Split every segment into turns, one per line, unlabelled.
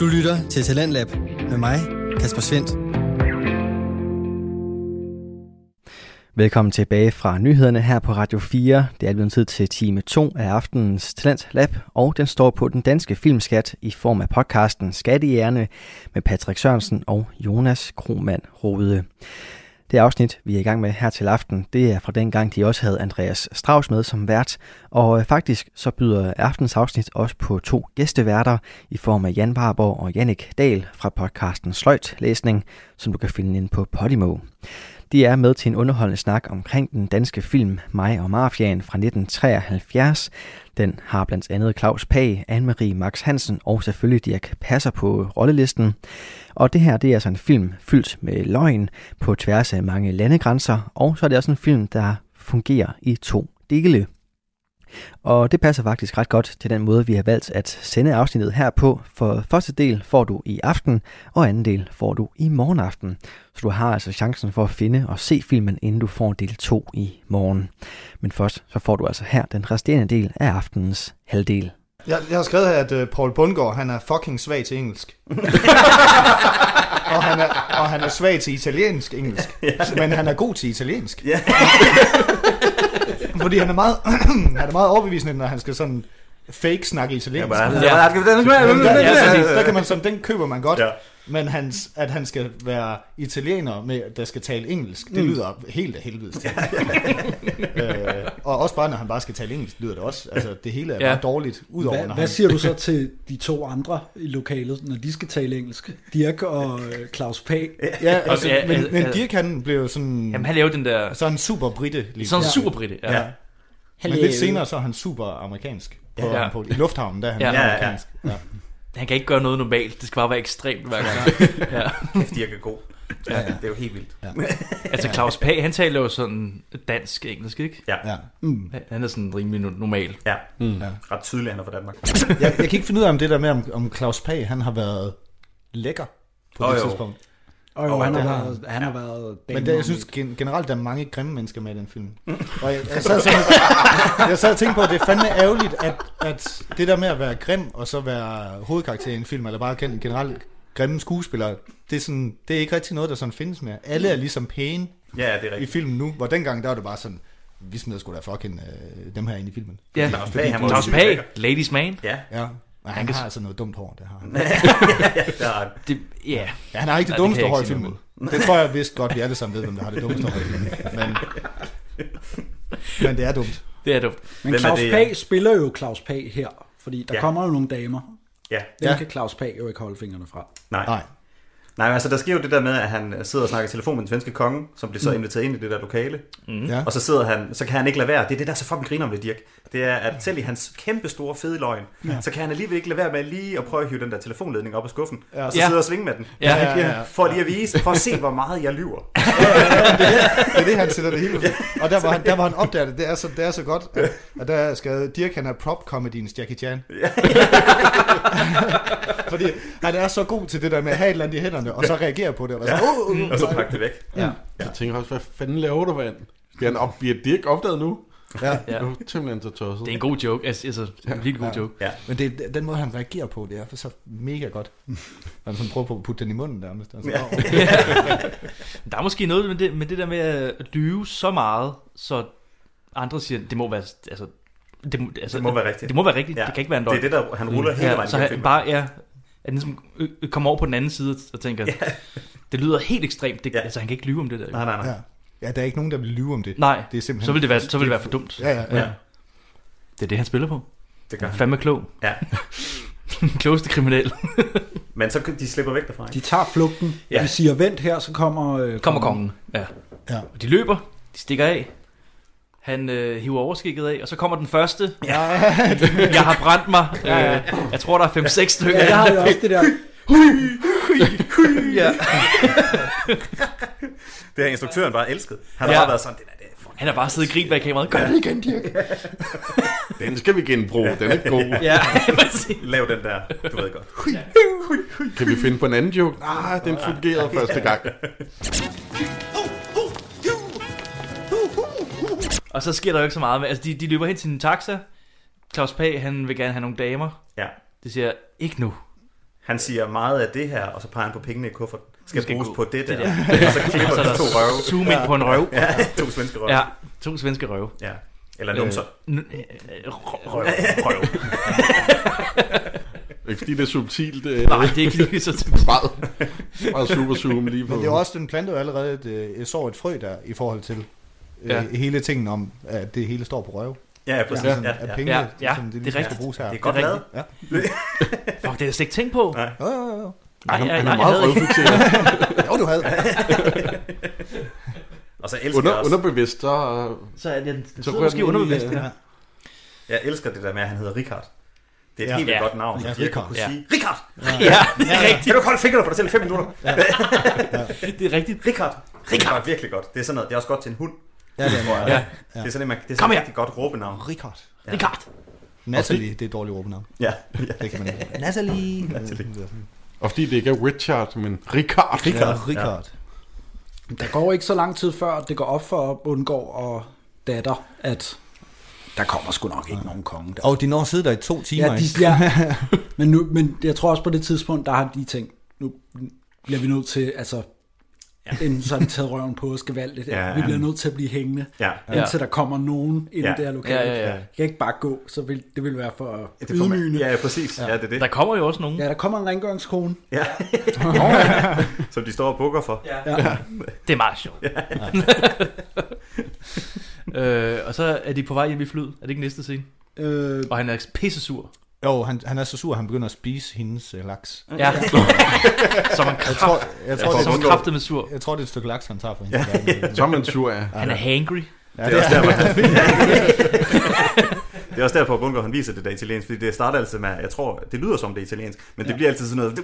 Du lytter til Talentlab med mig, Kasper Svendt. Velkommen tilbage fra nyhederne her på Radio 4. Det er blevet tid til time 2 af aftenens Talent Lab, og den står på den danske filmskat i form af podcasten Skattejerne med Patrick Sørensen og Jonas Kromand Rode. Det afsnit, vi er i gang med her til aften, det er fra dengang, de også havde Andreas Strauss med som vært. Og øh, faktisk så byder aftens afsnit også på to gæsteværter i form af Jan Barborg og Jannik Dahl fra podcasten Sløjt Læsning, som du kan finde inde på Podimo. De er med til en underholdende snak omkring den danske film Mig og Mafiaen fra 1973. Den har blandt andet Claus Pag, Anne-Marie Max Hansen og selvfølgelig Dirk Passer på rollelisten. Og det her det er altså en film fyldt med løgn på tværs af mange landegrænser, og så er det også en film, der fungerer i to dele. Og det passer faktisk ret godt til den måde, vi har valgt at sende afsnittet her på. For første del får du i aften, og anden del får du i morgen aften. Så du har altså chancen for at finde og se filmen, inden du får del 2 i morgen. Men først så får du altså her den resterende del af aftenens halvdel.
Jeg, jeg har skrevet her, at uh, Paul Bundgaard, han er fucking svag til engelsk. og, han er, og han er svag til italiensk engelsk. Men han er god til italiensk.
Ja.
Fordi han er meget, han er meget overbevisende, når han skal sådan fake snakke italiensk.
Ja,
Ja,
ja.
der, ja, præcis.
Ja,
der kan man sådan, den køber man godt.
Ja.
Ja. Men hans, at han skal være italiener, med, der skal tale engelsk, det lyder helt af helvede. til. øh, og også bare, når han bare skal tale engelsk, lyder det også. Altså, det hele er
Ja.
bare dårligt, udover når
Hvad,
han...
hvad siger du så til de to andre i lokalet, når de skal tale engelsk? Dirk og øh, Claus Pag.
Ja, altså,
ja,
men,
ja,
men
ja.
Dirk han blev jo sådan...
Jamen, han lavede den der...
Så er han super britte lige
Sådan
pludselig.
super britte. Ja.
Ja.
ja.
Men lidt senere så er han super amerikansk. På,
Ja.
ja. på, I lufthavnen, der er han
Ja.
ja.
Ja,
ja.
amerikansk. Ja.
Han kan ikke gøre noget normalt. Det skal bare være ekstremt hver gang. ja.
Kæft, Dirk er god. Ja, det er jo helt vildt.
Altså, Claus Pag, han taler jo sådan dansk-engelsk, ikke?
Ja, ja.
Ja. Mm.
Han er sådan rimelig no- normal.
ja.
Ja.
Ret tydeligt, han er fra Danmark.
Jeg, jeg kan ikke finde ud af, om det der med, om, om Claus Pag, han har været lækker på
Åh,
oh, det
jo.
tidspunkt.
Og jo,
Og
han, har
han-
været, han har været
Men der, jeg synes gen- generelt, der er mange grimme mennesker med i den film.
Mm.
Og jeg, jeg, sad sådan, jeg sad og tænkte på, at det er fandme ærgerligt, at, at det der med at være grim, og så være hovedkarakter i en film, eller bare gen- generelt grimme skuespillere, det er, sådan, det er ikke rigtig noget, der sådan findes mere. Alle er ligesom pæne.
Ja, det er
i
rigtigt.
filmen nu, hvor dengang der var det bare sådan, vi smider sgu da fucking øh, dem her ind i filmen.
Ja.
Claus Pag, han var
Claus
også
Pag,
lækker.
ladies man.
Ja,
Ja, og han
kan-
har altså noget dumt hår, det har han.
det er ret.
Det, ja.
Ja, han har ikke det
Nej, det
dummeste
kan jeg
hår i
ikke sige
filmen. Det tror jeg vist godt, vi alle sammen ved, hvem der har det dummeste hår i filmen. Men, men det er dumt.
det er dumt.
Men
Hvem er
Claus
det, ja?
Pag spiller jo Claus Pag her, fordi der
Ja.
ja. kommer jo nogle damer.
Ja,
Dem
Ja.
ja. kan Claus Pag jo ikke holde fingrene fra.
nej.
Nej.
Nej, men altså der sker jo det der med, at han øh, sidder og snakker i telefon med den svenske konge, som bliver så inviteret ind i det der lokale.
Ja.
Og så sidder han, så kan han ikke lade være. Det er det, der er så fucking griner om det, Dirk. Det er, at selv i hans kæmpe store fede løgn, ja. så kan han alligevel ikke lade være med lige at prøve at hive den der telefonledning op af skuffen. Ja. Og så
Ja.
sidde og svinge med den.
Ja.
Ja, ja, ja.
For lige at vise, for at se, hvor meget jeg lyver.
Det er det, han sætter det hele ud. Og der var han, der var han opdaget det. Det er så, det er så godt, at, at der skal Dirk, han er prop-comediens Jackie Chan. Fordi han er så god til det der med at have et eller andet i hænderne, og så reagere på det. Og så, uh, uh, uh,
Og så pakke det væk.
Ja.
Jeg tænker også, hvad fanden laver du, mand? Bliver, han op, bliver Dirk opdaget nu?
Ja.
Det er jo simpelthen så tosset.
Det er en god joke. Altså, altså det er en virkelig god joke.
Men det, er den måde, han reagerer på, det er for så mega godt. Han sådan prøver på at putte den i munden nærmest. Altså, ja.
Der er måske noget med det, med det der med at lyve så meget, så andre siger, det må være... Altså, det, må- altså,
Det må være rigtigt.
Det må være rigtigt. Ja. Det kan ikke være en løgn. Mm.
Det er det, der han ruller hele
Ja,
vejen.
så
igennem
han
filmen.
bare, ja, at ligesom ø- ø- kommer over på den anden side og tænker, ja. det lyder helt ekstremt. Det,
Ja.
ja. Altså, han kan ikke lyve om det der. jo.
Nej, nej, nej.
ja. ja, der er ikke nogen, der vil lyve om det.
Nej,
det er simpelthen...
så vil det være, så vil det være for dumt.
Ja, ja, ja.
Ja.
Det er det, han spiller på.
Det gør
Han er
han.
fandme klog.
Ja.
Den klogeste kriminel.
Men så kan de slipper væk derfra.
De
Ikke?
tager flugten.
Ja.
Ja. De siger, vent her, så kommer... Øh,
Kommer kongen. Ja.
Ja.
Og de løber, de stikker af. Han øh, hiver overskikket af, og så kommer den første. Ja. jeg har brændt mig. Ja, ja. Jeg tror, der er 5-6 stykker.
Ja, jeg har jo også det der.
ja.
Det har instruktøren bare elsket. Han har
Ja.
bare været sådan, det der, det er fucking...
Han har bare siddet og grint bag kameraet. Gør det igen, Dirk.
Den skal vi genbruge, den er god.
Ja, præcis.
Lav den der, du ved godt.
Kan vi finde på en anden joke? Ah, den fungerede første gang.
Og så sker der jo ikke så meget. men Altså, de, de løber hen til en taxa. Claus Pag, han vil gerne have nogle damer.
Ja.
Det siger, ikke nu.
Han siger meget af det her, og så peger han på pengene i kufferten. Skal,
skal
skal bruges
gå.
på det der.
Det
Det
der.
der. og så klipper
Og så er
de
der
to røve.
zoom ind på en røv.
Ja, to svenske røve.
Ja,
Ja.
to svenske røve.
ja. Eller numser.
N- øh, Røv, røv.
Ikke fordi det er subtilt. Øh,
Nej, det er ikke lige så til.
meget, meget super zoom lige på.
Men det er jo også, den plantede jo allerede et, øh, så et frø der, i forhold til øh,
Ja.
hele tingen om, at det hele står på røv.
Ja, ja, præcis.
Ja, sådan,
Ja,
at
ja, ja.
pengene,
Ja, ja,
sådan, det,
det er
det skal
rigtigt.
bruges her.
Det er godt
Det er
lavet.
Fuck, det har jeg slet ikke tænkt på.
Nej.
Jo, jo, jo, jo.
Nej,
han,
nej,
er- han
nej, jeg
er meget
havde ikke.
røvfikseret.
Jo, du havde.
Og så elsker
Under,
jeg også.
underbevidst, så... øh,
Så er det, det
Så
sidder
rører
måske
den lige,
underbevidst.
øh,
det her.
Jeg elsker det der med, at han hedder Richard. Det er et
Ja.
helt vildt
Ja.
godt navn.
Ja,
Jeg kunne
Richard.
kunne
Ja.
sige, Richard!
Ja, det er
Kan du holde fingrene for dig selv i fem minutter? Øh,
rigtigt. Det er rigtigt.
Richard! Richard! Det er virkelig godt. Det er sådan noget. Det er også godt til en hund.
Ja, det er
Ja.
ja.
Det er sådan, en, man, det er
Kom
sådan et
her.
rigtig godt råbenavn.
Richard.
Ja.
Richard.
Natalie, det er et dårligt råbenavn.
Ja. ja.
Det kan man Natalie. Natalie.
Og fordi det ikke er Richard, men Richard.
Ja, Richard.
Der går ikke så lang tid før, det går op for Bundgaard og datter, at der kommer sgu nok ikke nogen konge der.
Og de når at sidde der i to timer.
Ja, de,
ikke?
ja. Men, nu, men jeg tror også på det tidspunkt, der har de tænkt, nu bliver vi nødt til, altså, ja. enten så har de taget røven på og skal valge det der.
Ja,
Ja,
ja.
ja. Vi bliver nødt til at blive hængende,
Ja.
ja. indtil der kommer nogen ind
Ja.
i det her lokale.
Ja, ja, ja.
Jeg kan ikke bare gå, så vil, det vil være for
Det får man,
ydmygende.
ja, ja, præcis. Ja, det er det.
Der kommer jo også nogen.
Ja, der kommer en rengøringskone.
Ja. Som de står og bukker for.
Det er meget sjovt. øh, og så er de på vej hjem i flyet. Er det ikke næste scene?
Øh,
Og han er pissesur.
Jo, han, han er så sur, at han begynder at spise hendes øh, laks.
Ja. Som en
Jeg tror,
kraft,
jeg
Ja,
tror, det
som
er,
en kraftet med sur.
jeg tror, det er et stykke laks, han tager fra hendes
Så er
ja.
man sur, ja.
Han er hangry.
Ja,
Det er også derfor, det er også derfor at Bunker, han viser det der italiensk, fordi det starter altid med, jeg tror, det lyder som det er italiensk, men det bliver altid sådan noget.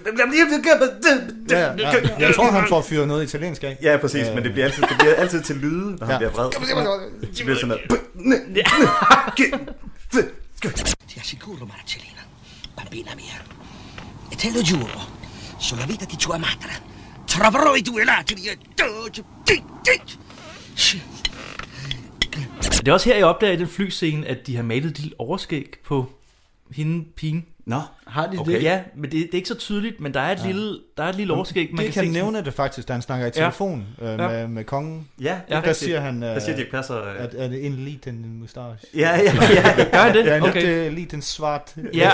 Ja, ja. Jeg tror, han får fyret noget italiensk af.
Ja, præcis, men det bliver altid, det bliver altid til lyde, når han
Ja.
bliver vred. Det bliver sådan noget.
Ti assicuro, Marcellina, bambina mia, e te lo giuro, sulla vita di tua madre, troverò i due ladri e...
Det er også her, jeg opdager i den flyscene, at de har malet et lille overskæg på hende, pigen.
Nå,
Har de
Okay.
det? Ja, men det, det er ikke så tydeligt, men der er et, ja. lille, der er et lille overskæg, man
Man det
kan,
kan,
se.
nævne det faktisk, da han snakker i telefon ja. øh, med, med kongen.
ja,
Ja.
ja
Der siger han, øh,
der siger, de ikke passer. øh.
at, at det en lige den mustache.
Ja, ja, ja.
Gør han det?
Ja,
okay.
okay. lige den svart.
Ja.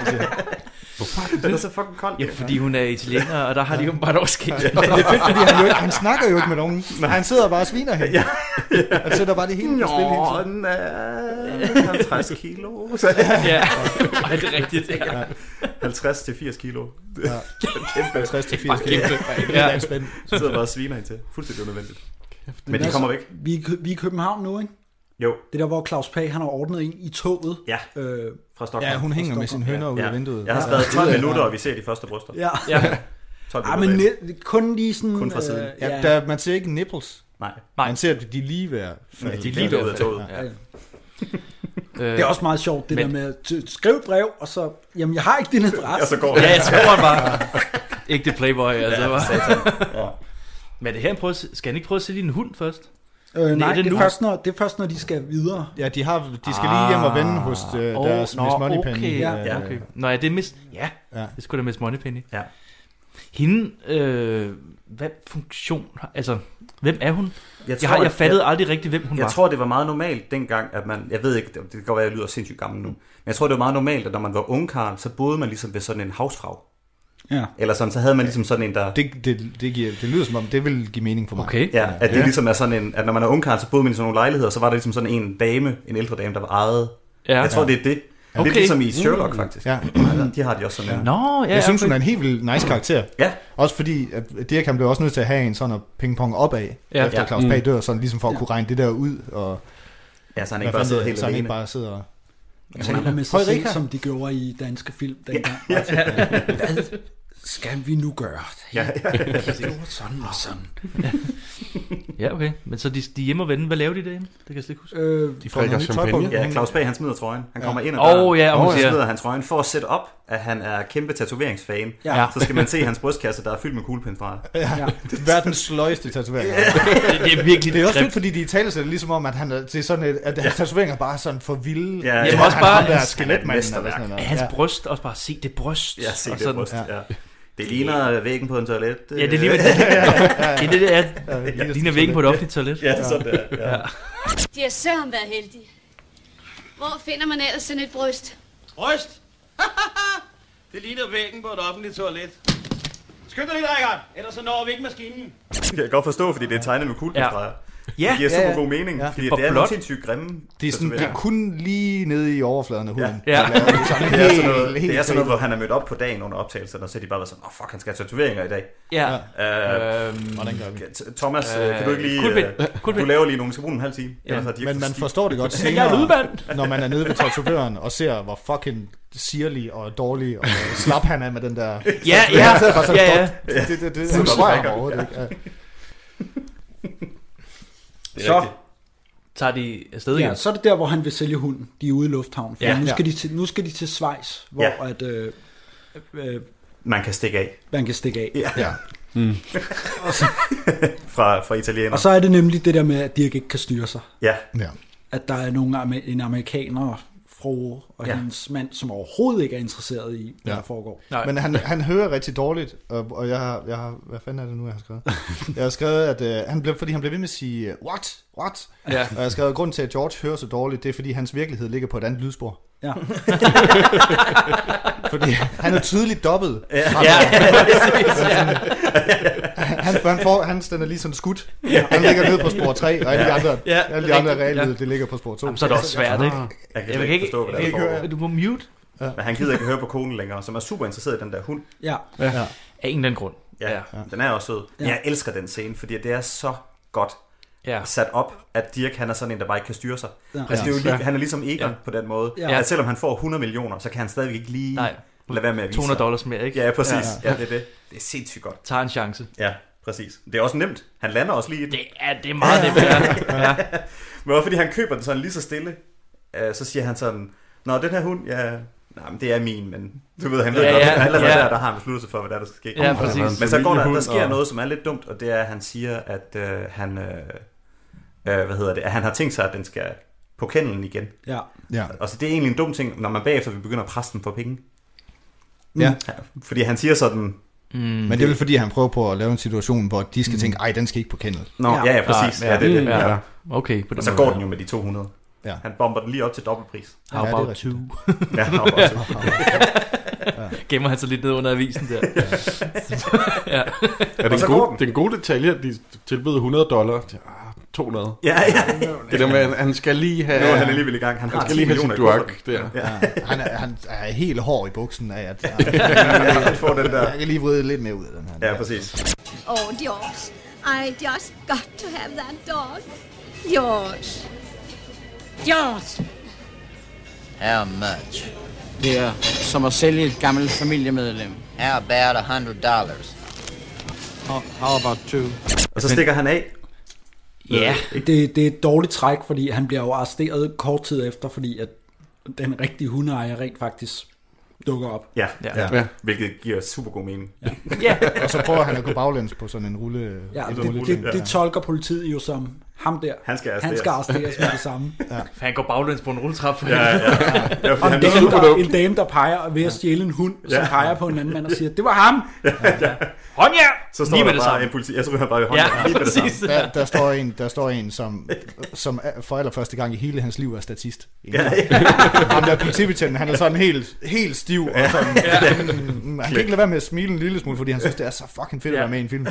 Det er så fucking koldt.
ja, fordi hun er italiener, og der har de jo bare et overskæg.
Men det er fedt, fordi han, jo ikke, han snakker jo ikke med nogen. Han sidder bare og sviner hende. Ja. Han sætter bare det hele på spil hele
Nå,
tiden.
den er 50 øh, kilo. Så
ja. Ej, det er rigtigt. Ja.
50 til 80 kilo.
Ja. 60 til 80 kilo.
Kæmpe.
Ja.
Ja.
Så sidder bare og sviner ind til. Fuldstændig unødvendigt. Men de kommer væk.
Vi, er i Kø- vi er i København nu, ikke?
Jo,
Det er der, hvor Claus Pag, han har ordnet en i toget.
ja,
Øh,
fra Stockholm.
Ja, hun hænger med sine hønder ud
ja.
af vinduet.
Jeg har skrevet 12 minutter, og vi ser de første bryster.
ja.
12
Ja, men
minutter. bag.
net- kun lige sådan...
Kun fra
øh,
siden.
Ja, der, man ser ikke nipples.
Nej,
Nej.
Man ser, at de er lige ved at falde.
Ja, de er lige derude af toget.
Ja. Øh,
Det er også meget sjovt, det
Men-
men... der med at t- skrive et brev, og så, jamen jeg har ikke din adresse.
Og så går
Ja,
det.
jeg tror han bare. Ikke det playboy, altså. Ja,
Ja.
men det her, han prøver, at se- skal han ikke prøve at sælge en hund først?
øh, nej,
er det
det, det,
nu?
er først, når, det er først, når de skal videre.
Ja, de, har, de skal lige
Ah.
hjem og vende hos øh,
Åh,
deres
nå,
Miss Moneypenny.
okay.
Ja,
øh,
ja,
Okay. Nå, ja, det er Miss... Ja,
Ja.
det skulle da Miss Moneypenny.
Ja.
Hende, øh, hvad funktion... har- Altså, hvem er hun?
Jeg,
Jeg, har, jeg fattede aldrig rigtig, hvem hun
Jeg
var.
tror, det var meget normalt dengang, at man, jeg ved ikke, det kan godt være, at jeg lyder sindssygt gammel nu, men jeg tror, det var meget normalt, at når man var ungkarl, så boede man ligesom ved sådan en havsfrag.
Ja.
Eller sådan, så havde man ligesom sådan en, der...
Det, det, det, giver, det lyder som om, det vil give mening for mig.
Okay.
Ja, at det ligesom er sådan en, at når man er ungkarl, så boede man i sådan nogle lejligheder, så var der ligesom sådan en dame, en ældre dame, der var ejet.
Ja.
Jeg tror, det er det. Okay.
Okay.
Lidt ligesom i Sherlock, faktisk.
Ja.
De har de også sådan en.
Nå, ja.
Jeg synes,
okay.
hun er en helt vildt nice karakter.
Ja,
Også fordi, at Dirk han blev også nødt til at have en sådan at pingpong opad,
Ja. Mm.
ja, efter
Ja.
Claus Pag dør, sådan ligesom for at kunne regne det der ud. Og,
ja så han
hvad
ikke bare
fanden
sidder
det-
helt
så han ikke
alene.
bare sidder og...
Hun er med sig
Høj,
selv,
Richard.
som de gjorde i danske film dengang. Ja. Altså, skal vi nu gøre?
Ja, ja.
Det var sådan og sådan.
Ja, okay. Men så de, de er hjemme og vende. Hvad laver de derhjemme? Det kan jeg slet ikke huske.
Øh,
De får noget
tøj på.
champagne.
Ja, Claus Bag, han smider trøjen. Han kommer ind og
Åh, ja, og hun
og
siger-
så smider han trøjen for at sætte op, at han er kæmpe tatoveringsfan.
Ja. Ja.
Så skal man se hans brystkasse, der er fyldt med kuglepindstreger.
Verdens sløjeste tatovering.
Det, det er virkelig
Det er også fedt,
grimt.
fordi de i tale sætter ligesom om, at, han er, det er sådan et, at hans tatoveringer bare er sådan for vilde.
Ja,
Jamen,
Han-
også
han
bare
ham der
hans-
skeletmanden eller sådan
mesterværk.
noget.
Er hans bryst også bare, se det bryst.
Ja, se
og
det bryst. Ja. Det ligner væggen på en toilet. øh.
Ja, det er lige det. Det er det, det er. Det ligner væggen på et offentligt toilet.
Ja, det er sådan, det er. Ja.
De har sørme været heldige. Hvor finder man ellers sådan et bryst?
Bryst! det ligner væggen på et offentligt toilet. Skynd dig lidt, Rikard, ellers så når vi ikke maskinen.
Det kan jeg godt forstå, fordi det er tegnet med kuglepindstreger.
Ja,
Det giver super god mening,
Ja.
fordi
For
det er
blot.
nogle sindssygt grimme
Det er, sådan, det er
tatoveringer.
kun lige nede i overfladen af huden.
Ja.
Der laver de sådan
Det er, sådan
helt-
noget, det er
helt
sådan noget, hvor han er mødt op på dagen under optagelserne, og så er de bare været sådan, åh oh, fuck, han skal have tatoveringer i dag.
ja.
Uh,
Øhm,
Hvordan gør vi?
Thomas, øh, kan du ikke lige...
kuglepind.
øh, Du laver lige nogle, du skal bruge en halv time. Ellers har de ikke
Men man
forstået-
forstår det godt senere,
jeg er lydmand.
når man er nede ved tatovøren og ser, hvor fucking sirlig og dårlig og slap han er med den der...
ja, ja,
Han sidder bare sådan,
ja, ja.
"Dog, Det, det, det, det, han rører mig overhovedet ikke. Ja.
Det er
så,
rigtigt.
Tager de afsted igen?
ja, så er det der, hvor han vil sælge hunden. De er ude i lufthavnen. For
Ja.
ja, nu, skal de til, nu skal de til Schweiz, hvor
Ja.
ja. at, øh, øh,
Man kan stikke af
man kan stikke af.
Ja.
Ja.
fra, fra italiener.
Og så er det nemlig det der med, at Dirk ikke kan styre sig.
Ja,
ja.
At der er nogle, amer- en amerikaner, fru
Ja.
og ja. hendes mand, som overhovedet ikke er interesseret i, hvad
Ja.
ja. der foregår.
Nej.
Men han, han hører rigtig dårligt, og, og jeg, har, jeg har... Hvad fanden er det nu, jeg har skrevet? Jeg har skrevet, at øh, han blev, fordi han blev ved med at sige, øh, what? What?
Ja.
Og jeg har skrevet, at grunden til, at George hører så dårligt, det er, fordi hans virkelighed ligger på et andet lydspor.
Ja.
Fordi han er tydeligt dobbet. Ja.
Ja,
Han, han, får, han den er lige sådan skudt. Ja. Han ligger nede på spor 3, og alle de andre,
Ja.
ja. alle de andre
Rigtigt,
reallyde,
ja.
det ligger på spor 2.
Jamen, så er det også svært,
Ah.
ikke?
jeg kan
Jeg
slet
kan
ikke
ikke,
forstå, hvad
jeg
der
kan ikke
foregår.
du må mute
Men han gider ikke høre på konen længere, som er super interesseret i den der hund.
ja.
af en eller anden grund.
Ja, den er også sød.
Ja.
Jeg elsker den scene, fordi det er så godt
Ja.
sat op, at Dirk han er sådan en, der bare ikke kan styre sig.
Ja.
Altså, det er jo lige, han er ligesom Egon ja. på den måde. Ja.
Ja.
At selvom han får 100 millioner, så kan han stadigvæk ikke lige
Nej.
lade være med at vise
200
sig.
dollars mere, ikke?
Ja, præcis. Ja, ja. ja, det er det. Det er sindssygt godt.
Tager en chance.
Ja, præcis. Det er også nemt. Han lander også lige i den.
Det er, det er meget nemt, ja. ja.
Men også fordi han køber den sådan lige så stille, øh, så siger han sådan, Nå, den her hund, ja, nej, men det er min, men du ved, han ved
Ja,
ja, godt,
ja,
ja, allerede
ja.
der, der har han besluttet sig for, hvad der, er, der skal ske.
Ja, præcis.
Men så går der, der
Familiehund,
sker
og-
noget, som er lidt dumt, og det er, at han siger, at øh, han, øh, øh, hvad hedder det, at han har tænkt sig, at den skal på kendelen igen.
ja.
Ja.
Og så det er egentlig en dum ting, når man bagefter vil begynde at presse den for penge.
ja.
Fordi han siger sådan,
Mm.
Men det er vel fordi, han prøver på at lave en situation, hvor de skal tænke, ej, den skal ikke på kendel.
Nå, ja,
Ja.
ja, ja præcis, ja, det er det.
Ja.
Ja.
Okay, på den
Og så går den jo med de 200.
Ja.
Han bomber den lige op til dobbeltpris.
How
Ja, det er
about two?
rigtigt.
Ja, han hopper også.
Gemmer han sig lidt ned under avisen der. ja.
Er det
Og så
en
går
god,
den.
det er en god detalje, at de tilbyder 100 dollar til ah, 200.
ja, ja.
Det der med, at han skal lige have,
Nu er han alligevel i gang. Han har
skal
10
lige have
millioner
sin
i kufferten.
duak der.
Ja.
Ja. Han, er, han er helt hård i buksen af, at
Ja, han får den der.
jeg kan lige vride lidt mere ud af den her.
Ja, præcis.
Oh, George, er I just got to have that dog. George. George.
How much?
Det er som at sælge et gammelt familiemedlem.
How about a hundred dollars?
How about two?
Og så stikker han af.
Ja.
Det, det er et dårligt træk, fordi han bliver jo arresteret kort tid efter, fordi at den rigtige hundeejer rent faktisk dukker op.
Ja,
Ja.
ja. ja.
Ja.
hvilket giver super god mening. Ja.
ja.
Og så prøver han at gå baglæns på sådan en rulle.
Ja,
en
det,
rulle.
det, det, det tolker politiet jo som ham der.
Han skal
han
arresteres.
skal arresteres med det samme.
Han går baglæns på en rulletrap for
Ja,
ja.
ja. ja fordi
Og
han ligesom
en
er
dame,
super
der,
dum.
en dame, der peger ved at stjæle en hund, som
Ja.
peger på en anden mand og siger, det var ham!
Hånd jer!
Så står
Lige med
der
det
bare
samme.
en politi. Jeg tror, han bare i
Ja,
hånden. Ja, lige med det samme.
præcis.
Der, der, står en, der står en, som, som er- for allerførste gang i hele hans liv er statist.
Ja, ja.
Ham der politibetjenten, han er sådan helt, helt stiv. Og sådan, Mm, han kan ikke lade være med at smile en lille smule, fordi han synes, det er så fucking fedt at
Ja.
være med i en film.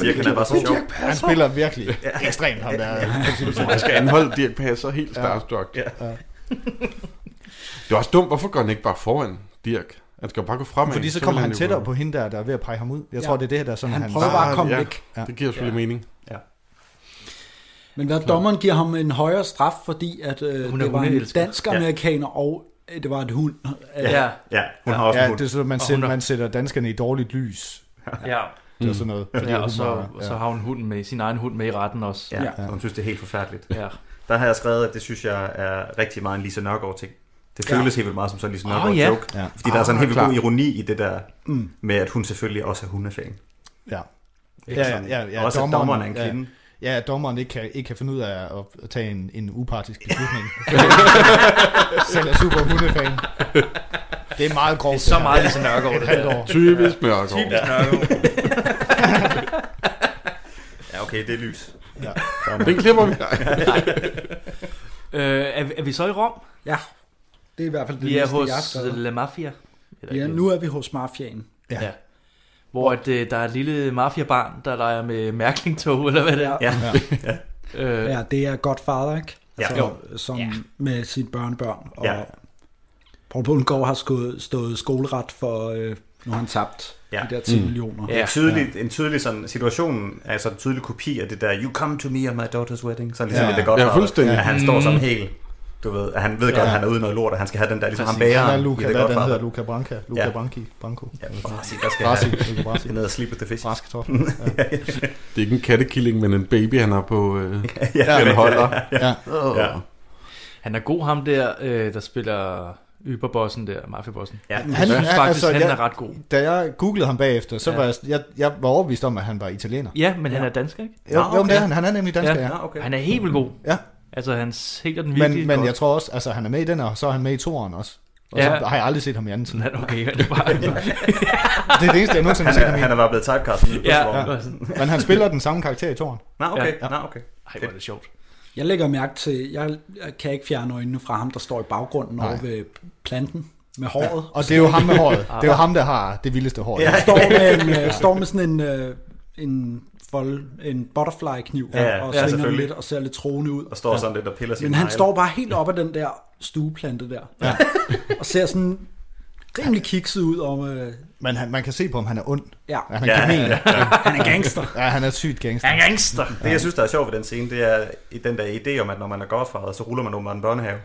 Dirk, han er bare så sjov.
Han spiller virkelig ekstremt, ham der.
Han skal anholde Dirk Passer helt starstruck.
Ja.
Ja. Det er også dumt. Hvorfor går han ikke bare foran Dirk? Han skal jo bare gå fremad.
Fordi så
vil
kommer han
jo
tættere
gå-
på hende der, der er ved at pege ham ud. Jeg
Ja.
tror, det er det her, der er sådan,
Han
han...
prøver bare at komme
ja.
væk.
Det giver selvfølgelig mening.
Men hvad, dommeren giver ham en højere straf, fordi at øh,
Hun er
det var en
hundeelsker.
dansk-amerikaner og øh, det var en hund.
Ja, ja hun har også
Ja,
en
det
hund.
er sådan, man,
Og
sætter,
hun er-
man sætter danskerne i dårligt lys.
Ja.
Det er sådan noget. fordi
ja, og så,
humor-
og så har hun hunden med, sin egen hund med i retten også.
Ja, og hun synes, det er helt forfærdeligt.
Ja.
Der har jeg skrevet, at det synes jeg er rigtig meget en Lisa Nørgaard ting. Det føles helt vildt meget som sådan en Lisa
Åh,
Nørgaard
ja.
joke.
Ja.
Fordi der er sådan en helt vildt god
klar.
ironi i det der med, at hun selvfølgelig også er hundefan.
Ja. Ja, ja,
Sådan.
ja, ja,
Og også, at dommeren er en
ja.
kvinde.
Ja, at dommeren ikke kan, ikke kan finde ud af at, at tage en, en upartisk beslutning. Selv er super hundefan. Det er meget
Det
grovt.
er så
her.
meget ligesom- Lise Nørgaard, det
halvt
der.
år.
Typisk mørkår.
Ja, okay, det er lys.
Den klipper vi.
Øh, er, vi- er vi så i Rom?
Ja, det er i hvert fald det
Vi er
næste,
hos øh,
jeg har skrevet.
La Mafia. Eller
Ja,
ikke-
nu er vi hos mafiaen.
Ja. Hvor at, øh, der er et lille mafiabarn, der leger med mærklingtog, eller hvad det er.
Ja.
Øh,
Ja, det er Godfather, ikke?
Ja.
jo. Som ja. med sine børnebørn. Og
Ja.
ja. Paul Bundgaard har skået, stået skoleret for, øh, nu har han tabt
Ja.
ja. de der 10 mm. millioner.
Ja, en tydelig, en tydelig sådan, situation, altså en tydelig kopi af det der, you come to me at my daughter's wedding, sådan ligesom
Ja.
ja. det godt
Ja, fuldstændig.
at han står som helt, du ved, at han ved godt,
Ja.
at han er ude i noget lort, og han skal have den der, ligesom han
Han
bærer
er
i
Luca,
det
hvad er
godt
den hedder?
farvet.
Luca Branca. Luca
Ja.
Branki. Branko.
Ja, Brasi, der skal
Brasi.
have
Luca Brasi.
ned og slippe with the fish.
Brask top.
Det er ikke en kattekilling, men en baby, han har på øh,
Ja,
den
men-
holder.
Ja.
Åh.
Ja.
Han er god ham der, øh, der spiller yberbossen der, mafiabossen.
Ja.
Han, jeg synes
Ja,
faktisk,
altså,
han
jeg-
er ret god.
Da jeg googlede ham bagefter, så
Ja.
ja. var jeg, jeg, jeg var overbevist om, at han var italiener.
Ja, men ja. han er dansker, ikke?
Jo,
Nå,
jo men det
okay.
er han. Han er nemlig dansker,
Ja.
ja.
Nå,
Ah,
okay.
Han er helt vildt god.
Ja.
Altså, han sælger den virkelig
Men, men
godt.
jeg tror også, altså han er med i den, og så er han med i toeren også. Og ja.
Ja.
så har jeg aldrig set ham i anden tid.
Han er okay, han er bare...
Det er det eneste, jeg nogensinde har
Han
set
er,
ham i.
han er bare blevet typecastet. nu,
ja,
pludselig.
ja. Sådan.
Men han spiller den samme karakter i toren.
Nå, okay.
Ja.
Nå, okay.
Ej, hvor er det sjovt.
Jeg lægger mærke til, jeg jeg kan ikke fjerne øjnene fra ham, der står i baggrunden
Nej.
over ved planten med håret.
Og det er jo ham med håret. Det er jo ham, der har det vildeste hår.
Ja.
Ja.
Han står med, en, øh, står med sådan en, øh, en, fold, en butterfly-kniv
Ja,
og
ja,
svinger den
selvfølgelig.
lidt og ser lidt troende ud.
Og står sådan lidt og piller sin
Men han
negle.
står bare helt op af den der stueplante der. Ja. og ser sådan rimelig kikset ud om... Øh,
Men han, man kan se på ham, han er ond.
ja,
Han er
Ja,
ja, kanin.
ja.
Ja.
han er gangster.
ja, han er sygt gangster.
Han er gangster!
Det, jeg synes, der er sjovt ved den scene, det er i den der idé om, at når man er godfader, så ruller man over en børnehave.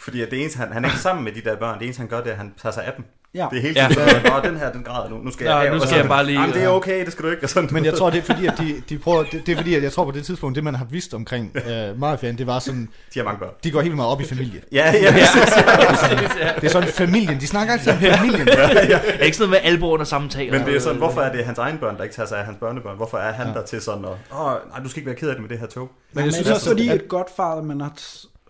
Fordi at det eneste, han, han er ikke sammen med de der børn. Det eneste, han gør, det er, at han tager sig af dem.
Ja.
Det er hele
Ja.
tiden, ja. Nå, den her, den græder nu. Nu skal
Nå,
jeg
nu
og
skal
så-
jeg bare lige-
Jamen, det er okay, det skal du ikke. Og sådan,
Men jeg tror, det er fordi, at de, de prøver, det, det er fordi, at jeg tror på det tidspunkt, det man har vidst omkring øh, mafiaen, det var sådan,
de har mange børn.
de går helt meget op i familie.
Ja, ja, ja.
Det er sådan familien, de snakker altid om familien.
Er ikke sådan noget med albuer under samtalen.
Men det er sådan, hvorfor er det hans egen børn, der ikke tager sig af hans børnebørn? Hvorfor er han ja. der til sådan at, åh, nej, du skal ikke være ked af det med det her tog.
Men jeg
Men
synes
det er
også,
også fordi,
at,
at Godfather, man har,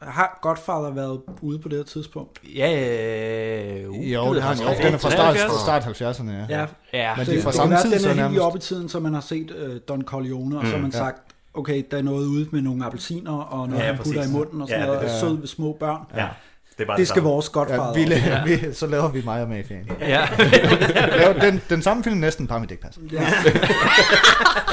har Godfather været ude på det her tidspunkt?
Ja, øh, uh,
jo,
ved
det har han
jeg
jo.
faktisk
Den er
ikke.
fra start,
73.
fra start 70'erne, ja.
Ja,
Ja,
Men
så
det er
det
fra
kan
samme
være,
tid,
den
så
er helt
nærmest.
nærmest. oppe i tiden, så man har set øh, Don Corleone, og så har man
ja.
sagt, okay, der er noget ude med nogle appelsiner, og noget,
Ja,
ja, han
præcis.
putter i munden, og
Ja,
sådan
det
noget,
er
og sød ved små børn.
Ja. Det er bare
Det skal
samme.
vores Godfather.
Ja, vi, la- vi, så laver vi mig og mafiaen.
ja.
Laver den, den samme film næsten bare med dækpas.
Ja.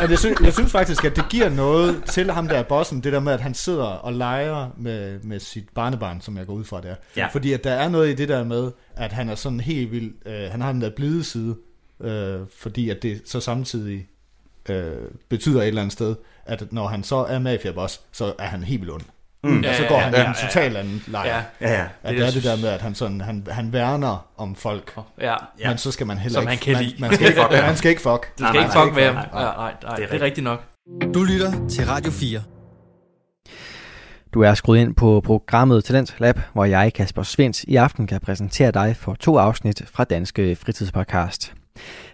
Og jeg, synes, jeg synes faktisk, at det giver noget til ham, der er bossen, det der med, at han sidder og leger med, med sit barnebarn, som jeg går ud fra der.
Ja.
Fordi at der er noget i det der med, at han er sådan helt vild, øh, han har den der blide side, øh, fordi at det så samtidig øh, betyder et eller andet sted, at når han så er mafiaboss, så er han helt vildt ond. Mm. Og så går
Ja,
han
ja,
i
ja,
en
ja.
total anden lejr.
Ja,
Ja.
Ja, ja.
At
Det
det er
er-
det der med, at han, sådan, han, han værner om folk,
ja.
ja. men så skal man heller
Som han
ikke...
kan
man,
lide.
man, skal ikke fuck. man skal ikke fuck.
Du skal
nej,
ikke
nej,
fuck med ham.
nej, nej.
Ja, nej, nej, det er
rigtigt.
rigtigt nok.
Du lytter til Radio 4. Du er skruet ind på programmet Talent Lab, hvor jeg, Kasper Svens, i aften kan præsentere dig for to afsnit fra Danske Fritidspodcast.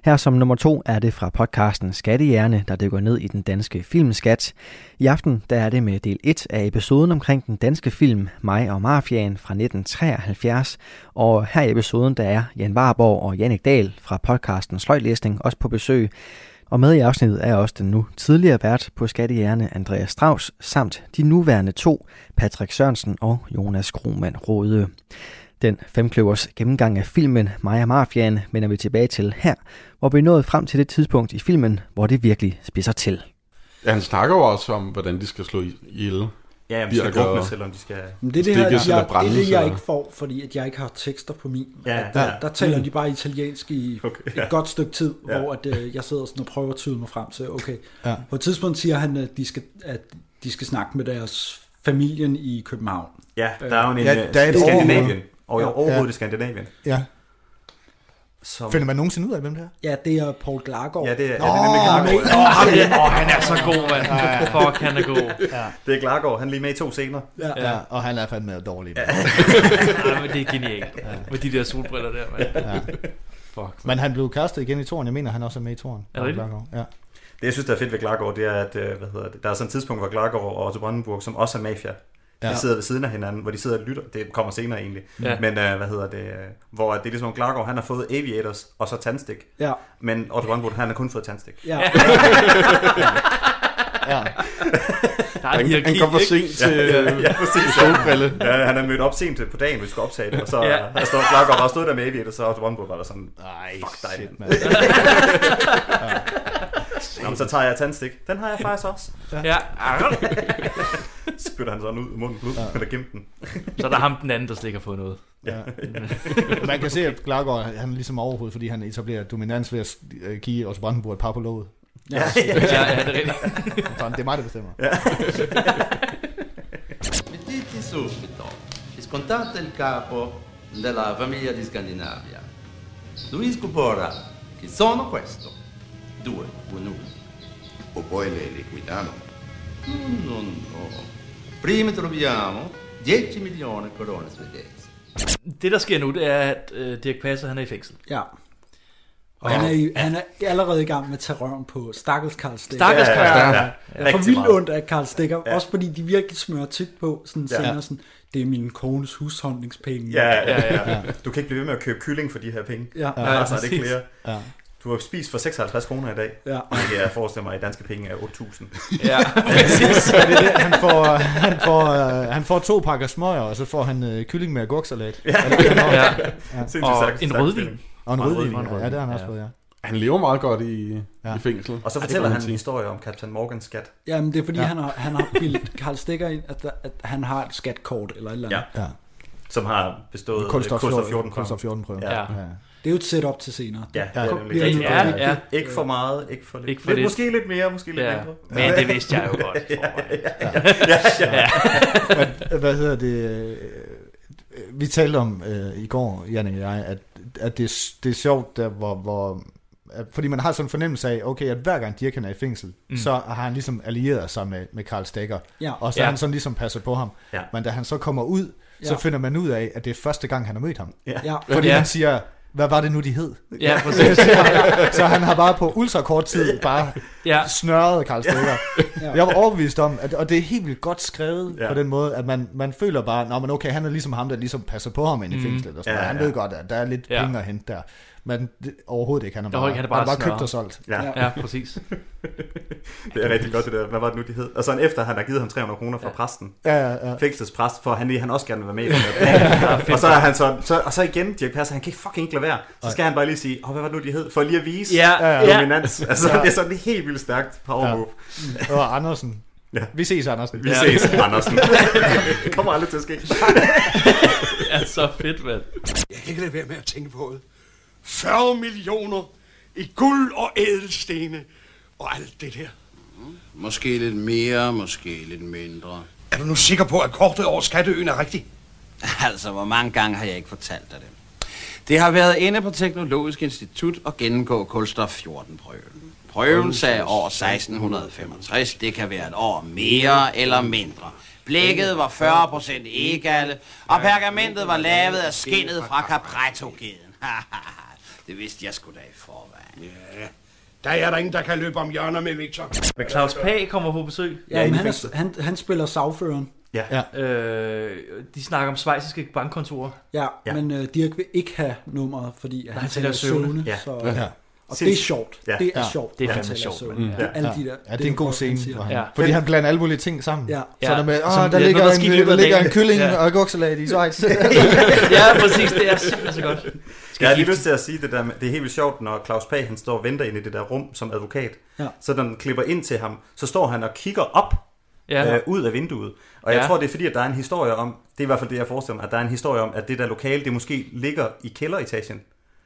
Her som nummer to er det fra podcasten Skattehjerne, der dykker ned i den danske filmskat. I aften der er det med del 1 af episoden omkring den danske film Mig og Mafiaen fra 1973. Og her i episoden der er Jan Warborg og Jannik Dahl fra podcasten Sløjtlæsning også på besøg. Og med i afsnittet er også den nu tidligere vært på Skattehjerne Andreas Strauss, samt de nuværende to, Patrick Sørensen og Jonas Krohmann Rode. Den femkløvers gennemgang af filmen Maja Mafiaen vender vi tilbage til her, hvor vi er nået frem til det tidspunkt i filmen, hvor det virkelig spidser til.
Ja, han snakker jo også om, hvordan de skal slå i- ihjel.
Ja, jamen, de skal
Birker-
drukne, selvom de skal...
Men det er det, her,
Stikkes
jeg,
eller
jeg, det, er
brændes,
det, jeg
eller?
ikke får, fordi at jeg ikke har tekster på min.
Ja,
At der,
ja.
der taler de bare italiensk i
Okay,
okay,
ja.
et godt stykke tid,
Ja.
ja. hvor at, øh, jeg sidder sådan og prøver at tyde mig frem til, okay.
Ja.
Ja. På et tidspunkt siger han, at de skal, at de skal snakke med deres familien i København.
Ja, der er jo en...
Ja,
øh,
der er et
Skandinavien. og i
Ja.
overhovedet
Ja.
i Skandinavien.
Ja.
Som,
Finder man nogensinde ud af, hvem det er?
Ja, det er Paul Glargaard.
ja, det er, ja, det er nemlig Klargaard.
Åh, ham der, åh, han er så god, mand. Fuck, han er god.
Det er Klargaard, han er lige med i to scener.
Ja. ja. og han er fandme dårlig. Ja.
Ej, men det er genialt. Med de der solbriller der, mand.
Men han blev kastet igen i toren. Jeg mener, han også er med i toren.
Er det rigtigt?
Ja.
Det, jeg synes, der er fedt ved Klargaard, det er, at øh, hvad hedder det, der er sådan et tidspunkt, hvor Klargaard og Otto Brandenburg, som også er mafia, de
Ja.
sidder ved siden af hinanden, hvor de sidder og lytter. Det kommer senere egentlig.
Ja.
Men øh, hvad hedder det? øh, Hvor det er ligesom, Klargaard, han har fået Aviators og så tandstik.
Ja,
Men Otto Brandenburg, han har kun fået tandstik.
ja.
Der er
Han,
en hierarki,
han kom for
ikke?
sent til øh,
Ja, præcis.
solbrille.
Ja, han er mødt op sent på dagen, vi skulle optage det, og så
Ja.
ja. har stået Klargaard bare stået der med Aviators, og Otto Brandenburg var der sådan,
Ej,
Fuck dig,
shit,
mand.
mand.
Nå, men så tager jeg tandstik. Den har jeg faktisk også.
Ja.
Spytter han sådan ud i munden, ud, ja. eller gemte den.
Så er der ham den anden, der slet ikke har fået noget.
Ja. Man kan se, at Klargaard, han er ligesom overhovedet, fordi han etablerer dominans ved at øh, give os Brandenburg et par på låget.
Ja, ja.
Ja, ja, det er rigtigt.
Sådan, Det er mig, der bestemmer.
Mettiti subito e scontate il er capo della famiglia di Scandinavia. Luis Cupora, che sono questo. Due, uno. O poi le liquidano. No, no, no. Prima troviamo 10 milioni di corone svedesi.
Det, der sker nu, det er, at øh, Dirk Passer, han er i fængsel.
ja. Og han er, i, han er allerede i gang med at tage røven på Stakkels Karl Stikker.
Stakkels ja, ja, ja.
Jeg får
Rigtig
vildt
meget.
ondt af Karl Stikker, ja. også fordi de virkelig smører tyk på, sådan ja. senere sådan, det er min kones husholdningspenge.
Ja, ja, ja. Du kan ikke blive ved med at købe kylling for de her penge.
Ja.
ja altså, det er
præcis.
ikke flere. Ja. Du har spist for 56 kroner i dag.
Ja.
Hvilket jeg forestiller mig, at i danske penge er 8.000.
ja.
Ja, det er det. Han får, han, får, øh, han får to pakker smøger, og så får han øh, kylling med agurksalat. Ja.
ja.
Sindssygt
Og
sagt-
en
sagt
rødvin.
film.
Og en
Og en
rødvin.
rødvin,
ja. Ja, det har han også
ja.
fået, ja.
Han lever meget godt i,
Ja.
i fængsel.
Og så
Det
fortæller han
kan man
en
sige.
historie om Captain Morgans skat.
Jamen, det er fordi, ja. han, har, han har bildt Karl Stikker ind, at, der- at han har et skatkort eller et eller andet.
Ja.
Ja.
ja.
Som har bestået
Kulstof 14,
14 kroner.
Kulstof 14 prøve.
Ja.
Det er jo et setup til senere.
Ja,
Ja,
det er
kom-
nemlig
ja,
rigtigt.
Ja, ja.
Ikke for meget, ikke for lidt.
Ikke for
Lidt-
lidt.
Måske lidt mere, måske lidt
ja.
mindre.
Men det vidste jeg jo godt. i forvejen.
Hvad hedder det? øh, Vi talte om øh, i går, Janne og jeg, at, at det, er- det er sjovt, der, hvor, hvor at, fordi man har sådan en fornemmelse af, okay, at hver gang Dirk han er i fængsel, mm. så har han ligesom allieret sig med, med Karl Stegger,
Ja.
og så
Ja.
ja. han sådan ligesom passer på ham.
Ja.
Men da han så kommer ud, så
Ja.
finder man ud af, at det er første gang, han har mødt ham.
Ja.
Fordi
Ja.
ja. han siger, hvad var det nu, de hed?
Ja, præcis.
Så han har bare på ultrakort tid bare
Ja.
snørret Karl Stikker.
Ja.
Jeg var overbevist om, at, og det er helt vildt godt skrevet
Ja.
ja. på den måde, at man, man føler bare, Nå, men okay, han er ligesom ham, der ligesom passer på ham inde i fængslet. Og sådan.
Ja,
Ja, Han
ja.
ved godt, at der er lidt
Mm. Ja.
ja. penge at hente der. Men det, overhovedet ikke, han er
Der er
bare,
ikke- han er bare
han er bare købt
snørret.
og solgt.
Ja.
Ja, præcis.
Det er rigtig godt det der. Hvad var det nu, de hed? Og sådan efter, han har givet ham 300 kroner fra præsten.
Ja, ja, ja.
fængselspræst, for han, vil- han også gerne vil være med i den her plan. Og så er han så, så, og så igen, Dirk Passer, han kan ikke fucking ikke lade være. Så skal han bare lige sige, oh, hvad var det nu, de hed? For lige at vise
Ja, ja.
dominans. Altså, det er sådan et helt vildt stærkt power
Ja.
move.
Og Andersen.
Ja.
Ja. Vi ses, Andersen.
Vi ses, Andersen. det kommer aldrig til at ske.
Ja, så fedt, mand.
Jeg kan ikke lade være med at tænke på det. 40 millioner i guld og ædelstene og alt det der.
Måske lidt mere, måske lidt mindre.
Er du nu sikker på, at kortet over Skatteøen er rigtigt?
Altså, hvor mange gange har jeg ikke fortalt dig det? Det har været inde på Teknologisk Institut og gennemgå kulstof 14-prøven. Prøven sagde år 1665. Det kan være et år mere eller mindre. Blækket var 40 procent egalle, og pergamentet var lavet af skinnet fra Capretto-geden. det vidste jeg sgu da i forvejen.
Ja, der er der ingen, der kan løbe om hjørner med Victor.
Men Claus Pag kommer på besøg.
Ja, men
i
han,
fængslet.
er, han, han spiller sagføreren.
Ja.
Ja.
Øh, de snakker om svejsiske bankkontorer.
Ja,
Ja.
ja. men øh, Dirk vil ikke have nummeret, fordi at han
han tæller
tæller
søvne.
søvne.
Ja.
Så,
Ja.
Og det er
Sindssygt.
sjovt.
Ja.
Ja. Det er
Ja.
sjovt.
Det er
at han
fandme
tæller
sjovt,
søvne.
mand.
Det er Alle de der,
Ja, det er en god
Rolf, han
scene,
siger.
hvor han,
Ja.
ja. fordi han blander alle mulige ting sammen.
Ja.
Så er der med,
Som-
åh, der
ja,
ligger
noget, der skete i
en, der
løbet af
ligger en
dagen."
kylling
Ja.
og agurksalat i Schweiz.
Ja, præcis. Det er simpelthen så godt. Skal
Jeg har lige
jeg gifte?
lyst til at sige det der, med- det er helt vildt sjovt, når Claus Pag, han står og venter inde i det der rum som advokat.
Ja.
Så når den klipper ind til ham, så står han og kigger op
Ja.
øh, ud af vinduet. Og jeg
Ja.
tror, det er fordi, at der er en historie om, det er i hvert fald det, jeg forestiller mig, at der er en historie om, at det der lokale, det måske ligger i kælderetagen.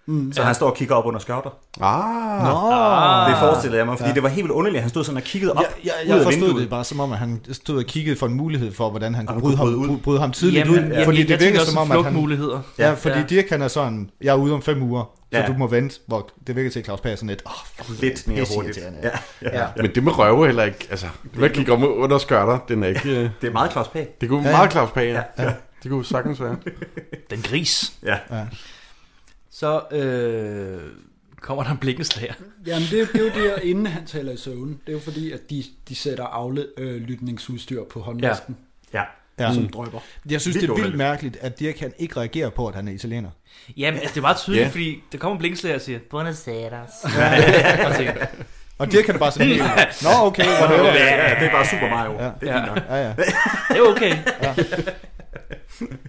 Mm. Så han står og kigger op under skørter.
Ah.
Nå.
Det forestillede jeg mig, fordi
Ja.
ja. det var helt vildt underligt, at han stod sådan og kiggede op
Jeg,
ud
jeg
af
forstod
vinduet.
det bare som om, at han stod og kiggede for en mulighed for, hvordan han kunne bryde
kunne
ham,
bryde
bryde- bryde ham tidligt
Jamen,
ud.
ja.
Fordi
Jeg
det
tænker
virker
også
som om, at han...
flugtmuligheder.
Ja,
Ja.
fordi
Ja.
Dirk han er sådan, jeg er ude om fem uger, så
Ja.
du må vente, hvor det virker til, at Claus Pag er sådan lidt, åh, oh,
Lidt mere hurtigt. Ja, ja, ja.
Men det med røve heller ikke, altså, man kigger om under skørter, den er ikke... øh,
Det er meget Claus Pag.
Det kunne
Ja,
ja,
ja.
meget Claus Pag, ja.
Ja.
ja. Det kunne sagtens være.
Den gris.
Ja.
Ja.
Så øh, kommer der en blikkenslager.
Jamen, det, er- det er jo der, inden han taler i søvn. Det er jo fordi, at de, de sætter aflytningsudstyr på håndvasken,
Ja.
Ja.
som drøber.
Jeg synes, det er
Vildt
vildt
underligt.
mærkeligt, at Dirk han ikke reagerer på, at han er italiener.
Jamen, altså, det er meget tydeligt,
Ja.
fordi der kommer en blikkenslager og siger, Buenos Aires. Og tænker,
Og Dirk han er bare sådan helt, nå okay, whatever.
Ja, ja, det er bare Super Mario.
Ja.
Ja. Det er fint nok.
Ja, ja.
det er okay.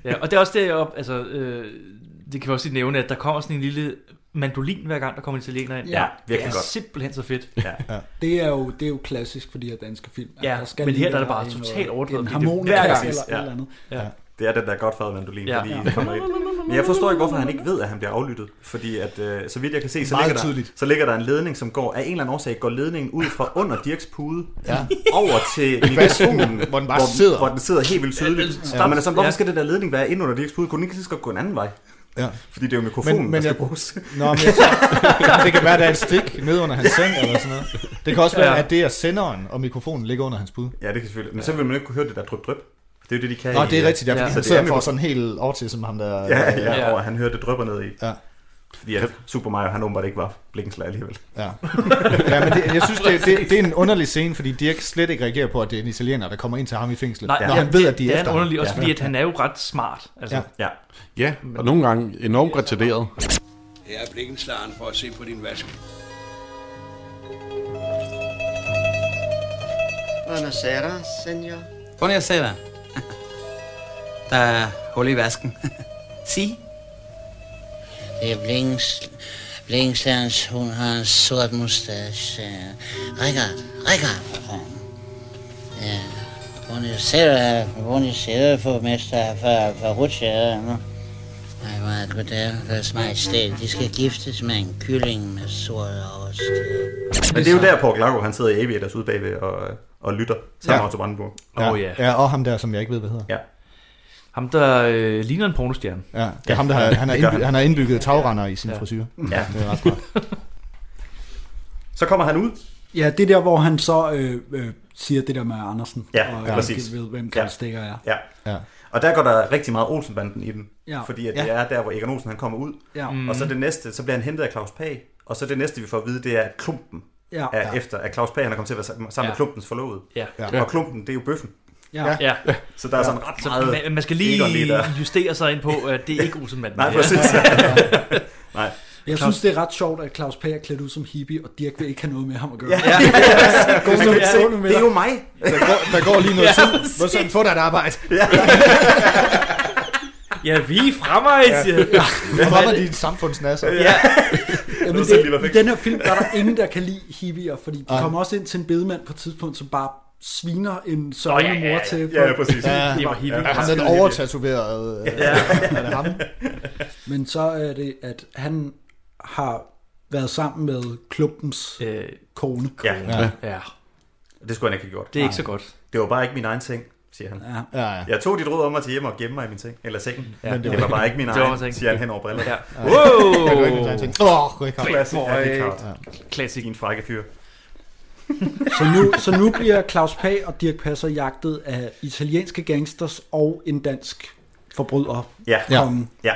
Ja, og det er også deroppe, altså, øh, det kan vi også lige nævne, at der kommer sådan en lille mandolin, hver gang der kommer en italiener ind.
Ja,
Ja, virkelig
Det er
godt.
simpelthen så fedt.
Det er jo, det er jo klassisk for de her danske film. at
Ja,
der skal
men
lige
her der er det
være
bare
en- øh,
totalt overdrevet,
En
fordi det er
harmonika
hver
eller
gang.
et
Ja.
eller andet.
Det er den der godfader mandolin,
Ja.
ja. fordi det kommer ind. Men jeg forstår ikke, hvorfor han ikke ved, at han bliver aflyttet. Fordi at, øh, så vidt jeg kan se, så
Meget
ligger, der,
tydeligt.
så ligger der en ledning, som går af en eller anden årsag, går ledningen ud fra under Dirks pude
Ja.
over til mikrofonen,
hvor den bare sidder.
hvor den sidder helt vildt tydeligt.
Ja.
Ja. Men man er sådan, hvorfor
Ja.
skal den der ledning være ind under Dirks pude? Kunne den ikke lige så godt gå en anden vej?
Ja.
Fordi det er jo mikrofonen,
Men-
men,
men
men der skal
jeg-
bruges.
Nå, men jeg tror, det kan være, der er et stik ned under hans seng eller sådan noget. Det kan også være,
Ja.
at det er senderen, og mikrofonen ligger under hans pude.
Ja, det kan selvfølgelig. Men så vil man jo ikke kunne høre det der dryp-dryp. Det er jo det, de kan.
Nå,
i,
det er
øh,
rigtigt, ja,
Ja.
fordi
Så
han
det
sidder og
er
får sådan helt autism, ham der. øh,
Ja, ja,
Ja.
ja. Og han hører, det drypper ned i.
Ja.
Fordi at Super Mario, han åbenbart ikke var blikkenslager alligevel.
Ja. ja men det, jeg synes, det, det, det, er en underlig scene, fordi Dirk slet ikke reagerer på, at det er en italiener, der kommer ind til ham i fængslet,
Nej,
når
ja,
han ved, at de
det
er
er
efter
en
ham.
underlig, også fordi at han er jo ret smart. Altså,
Ja.
ja.
Ja.
Ja, og nogle gange enormt retarderet.
Her er blikkenslaren for at se på din vask.
Buonasera, senor.
Prøv lige at se der. Der er hul i vasken. Sig.
Det er Blings, Blingslands, hun har en sort mustache. Rikard, Rikard, for fanden. Ja, buonasera, buonasera, formester for, for Rutsjæder. Nej, meget goddag, deres majestæt. De skal giftes med en kylling med sort ost.
Men det er jo der, Paul Lago, han sidder i aviators ude bagved og, og lytter sammen
Ja.
med Otto Brandenburg.
Ja,
Åh, ja.
ja, og ham der, som jeg ikke ved, hvad hedder.
Ja.
Ham, der øh, ligner en pornostjerne.
Ja, det er ham, der har, han, har
det gør
indby-
han.
han har indbygget tagrender i sin frisyr.
Ja.
Det er ret smart.
Så kommer han ud.
Ja, det er der, hvor han så øh, øh, siger det der med Andersen.
Ja,
og
ja,
jeg
præcis.
ikke ved, hvem
Ja.
Karl Stikker er.
Ja.
Ja.
Og der går der rigtig meget Olsenbanden i den.
Ja.
Fordi at det er der, hvor Egon Olsen han kommer ud.
Ja,
Mm. Og så det næste, så bliver han hentet af Claus Pag. Og så det næste, vi får at vide, det er, at klumpen
ja,
er efter, at Claus Pag han er kommet til at være sammen ja.
Ja.
med klumpens forlovede.
Ja.
Ja.
Og klumpen, det er jo bøffen.
ja.
Ja,
Så der er sådan ret
så
meget...
man, man skal
Egon lige
lige
der.
justere sig ind på, at det er ikke Olsenmanden.
Nej, præcis.
Jeg synes, det er ret sjovt, at Claus Pag er klædt ud som hippie, og Dirk vil ikke have noget med ham at gøre.
Ja.
Ja.
Han kan ikke se,
Gående med
Det er
dig.
jo mig.
Der, går, der går lige noget tid, hvor sådan, få dig et arbejde.
Ja, vi er fremme, ja. siger han.
Hvor var det dine samfundsnasser?
Ja.
Jamen,
Det er simpelthen
det, I
perfekt.
den her film der er der ingen, der kan lide hippier, fordi de
Ej.
kommer også ind til en bedemand på et tidspunkt, som bare sviner en sørgende
Nå, ja, ja,
mor til.
Ja, præcis.
Ja.
Det var hippie.
Ja, han er den overtatoverede. øh, Er det ham?
Men så er det, at han har været sammen med klumpens
Øh,
kone.
Ja.
Ja.
ja,
Det skulle han ikke have gjort.
det er ikke så godt.
Det var bare ikke min egen ting, siger han.
Ja.
Ja, ja.
Jeg tog dit råd om at tage hjem og gemme mig i min ting. Eller sengen.
Ja.
Ja. Det var bare ikke min
Det var
egen,
sengen.
siger han hen over brillerne.
Ja.
Jeg
Ja.
kan ikke
Wow!
lide ting. Åh, Rikard.
Klassisk. Ja, det er
Boy.
klart.
Klassik.
Din frække fyr.
Så, nu, så nu bliver Claus Pag og Dirk Passer jagtet af italienske gangsters og en dansk forbryder.
Ja.
Ja.
Kongen.
ja.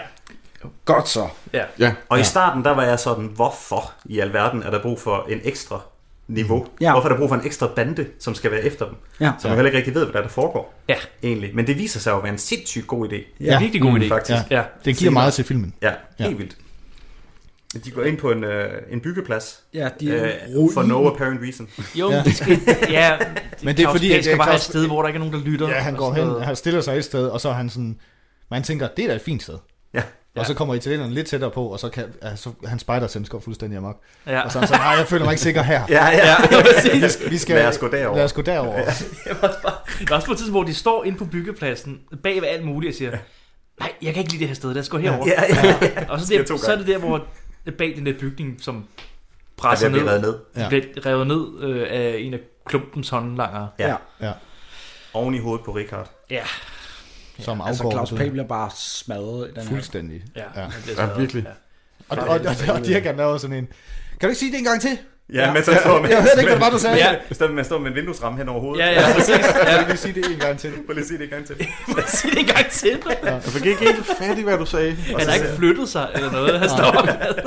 Godt så.
Ja.
Ja,
Og i starten, der var jeg sådan, hvorfor i alverden er der brug for en ekstra niveau?
Ja.
Hvorfor er der brug for en ekstra bande, som skal være efter dem?
Ja.
Som man heller ikke rigtig ved, hvad der, er, der foregår.
Ja.
Egentlig. Men det viser sig jo at være en sindssygt god idé. Mm,
Det er en virkelig god
Mm,
idé.
Faktisk.
Ja.
Det giver meget til filmen.
Ja, helt vildt. De går ind på en, øh, en byggeplads.
Ja, de er
Øh,
ruin.
for no apparent reason.
Jo, men det skal, ja,
Men det er
Claus
fordi,
Pag
at-
skal bare have
Claus-
et sted, hvor der ikke er nogen, der lytter.
Ja, han
og
går
sådan
hen,
noget.
han stiller sig et sted, og så er han sådan, man tænker, det er da et fint sted.
Ja.
Og så kommer italieneren lidt tættere på, og så kan ja, så han spejder går fuldstændig amok.
Ja.
Og så er han sådan, nej, jeg føler mig ikke sikker her.
Ja, ja.
Vi skal, vi skal,
Lad os gå derover.
Lad os gå derover. Ja.
Jeg var også bare- Der er også på et tidspunkt, hvor de står inde på byggepladsen, bag ved alt muligt, og siger, nej, jeg kan ikke lide det her sted, lad os gå herover.
ja, ja.
Og så,
Siger
det,
to
så er det der, hvor bag den der bygning, som presser
Der bliver
ned.
revet Altså ned.
Ja. Bliver revet ned øh, af en af klumpens håndlanger.
Ja. ja. Oven i hovedet på Richard.
Ja.
Som
altså
afgår
Claus
ud.
Pagh bliver bare smadret i den her.
Fuldstændig. Og,
Ja.
og, og, og Dirk han er også sådan en... Kan du ikke sige det en gang til?
Ja, ja, men så står man...
Jeg hørte ikke, hvad det var, du sagde.
Ja. Så står man står med en vinduesramme hen over hovedet.
Ja, ja, præcis. Ja.
Vil lige sige det en gang til? Vil lige sige det en gang til?
Sig det en gang til.
Altså, Jeg fik ikke helt fat i, hvad du sagde.
Han har ikke flyttet sig eller noget. Han står med.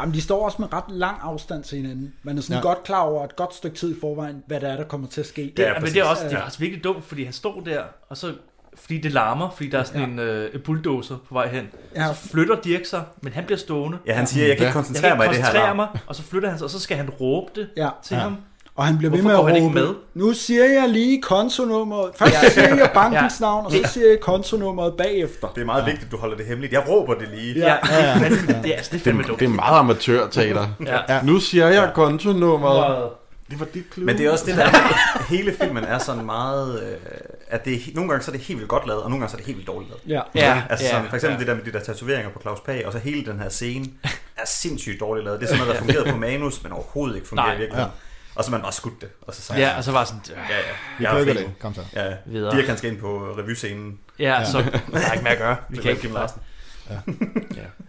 Jamen, de står også med ret lang afstand til hinanden. Man er sådan
Ja.
ja. godt klar over et godt stykke tid i forvejen, hvad der er, der kommer til at ske.
Det, ja, men det er, også, det er også virkelig dumt, fordi han står der, og så fordi det larmer, fordi der er sådan ja. en øh, en bulldozer på vej hen.
Ja.
Ja. Så flytter Dirk sig, men han bliver stående.
Ja, han siger, jeg kan ikke
Ja.
koncentrere mig i det her
koncentrere
larm.
mig, og så flytter han sig, og så skal han råbe det ja. til ja. ham.
Og han bliver ved
Hvorfor
med at
går han ikke
råbe, nu siger jeg lige kontonummeret. Først siger jeg bankens
Ja.
navn, og så
Ja.
siger jeg kontonummeret bagefter.
Det er meget vigtigt, at du holder det hemmeligt. Jeg råber det lige.
Ja. Ja, ja.
Det er, altså, det er fandme
Det, det er meget amatørteater.
Ja.
ja. Nu siger jeg kontonummeret. Det var dit klub.
Men det er også det, der hele filmen er sådan meget, øh, at det er, he- nogle gange så er det helt vildt godt lavet, og nogle gange så er det helt vildt dårligt lavet.
Ja.
Ja,
altså
ja,
som for eksempel
ja.
det der med de der tatoveringer på Claus Pag, og så hele den her scene er sindssygt dårligt lavet. Det er sådan noget, der
Ja.
fungerede på manus, men overhovedet ikke fungerer
Nej.
virkelig. Ja.
Ja.
Og så man bare skudt det. Og så sagde
Ja,
man,
og så var sådan, øh,
ja, ja.
Vi
jeg er
plukker
fri
det.
nu."
Kom så.
Ja,
Videre.
Dirk han skal ind på øh, revyscenen.
Ja, så altså, der er ikke mere at gøre. Vi
Det
kan
var
ikke-
Kim Larsen.
Ja.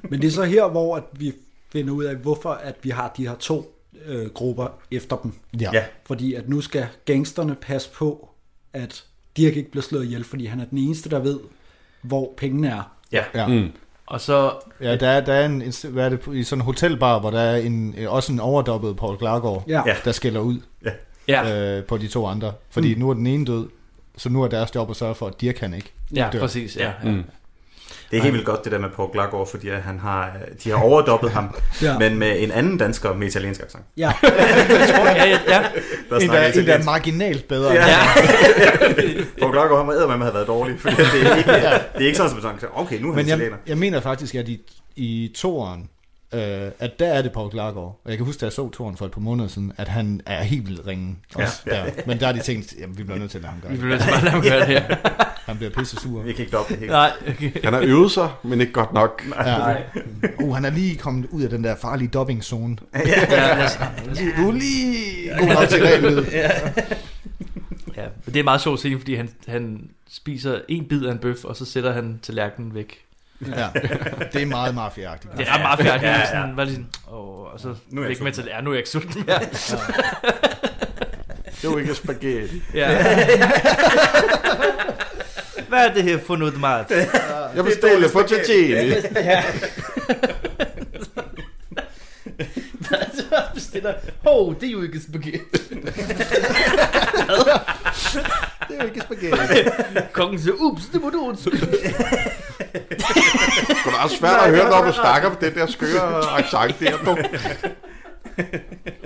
Men det er så her, hvor at vi finder ud af, hvorfor at vi har de her to øh, grupper efter dem.
Ja. Ja.
Fordi at nu skal gangsterne passe på, at Dirk ikke bliver slået ihjel, fordi han er den eneste, der ved, hvor pengene er.
Ja.
ja.
Mm.
Og så...
Ja, der er, der er en, en- hvad er det, i sådan en hotelbar, hvor der er en, øh, også en overdoppet Paul Klargaard,
Ja. Ja.
der skiller ud
ja.
Øh, på de to andre. Fordi
Mm.
nu er den ene død, så nu er deres job at sørge for, at Dirk kan ikke.
Ja,
dør.
præcis, ja.
Ja. Mm. Det er helt vildt godt, det der med Paul Glagård, fordi øh, han har, øh, de har overdoppet ham,
Ja.
ja. men med en anden dansker med italiensk accent.
Ja.
ja, ja, ja.
Der
en, der,
snakker
en, der er
italiensk.
marginalt bedre.
Ja.
end-
Paul Glagård, han må eddermame have været dårlig, for det er ikke, det er ikke sådan, som man tænker, okay, nu er han
Men jeg,
italiener.
jeg mener faktisk, at i, i toeren, øh, at der er det Paul Klargaard. Og jeg kan huske, da jeg så toeren for et par måneder siden, at han er helt vildt ringen
Ja.
også ja.
Ja.
der. Men der er de tænkt, jamen, vi bliver nødt til at lade ham gøre
Vi
det.
bliver nødt til at lade ham gøre det, ja.
Han bliver pisse sur.
Vi kan ikke doppe det hele.
Nej, okay.
Han har øvet sig, men ikke godt nok.
Ja. Uh, han er lige kommet ud af den der farlige dobbingzone.
Ja, ja,
altså,
Lige- Du er lige god nok til reglyd.
Ja. ja, men det er en meget sjov scene, fordi han, han spiser en bid af en bøf, og så sætter han tallerkenen væk.
Ja. Det er meget mafiaagtigt.
Det er ret mafiaagtigt.
Ja,
Ja,
ja.
ja. Sådan, var lige sådan, åh, og så
Nu
nu
er
er
jeg
væk med
sulten.
til ja, nu er jeg ikke sulten mere.
Det er jo ikke spaghetti.
Ja. Hvad er det her for noget mad?
Jeg bestiller Det er dårlig spaghetti.
Ja.
fettuccine.
Så bestiller, hov, det er jo ikke spaghetti.
Det er jo ikke spaghetti.
Kongen siger, "Uh, ups, det må du undskylde.
Det er også svært at høre, når du snakker på den der skøre accent der.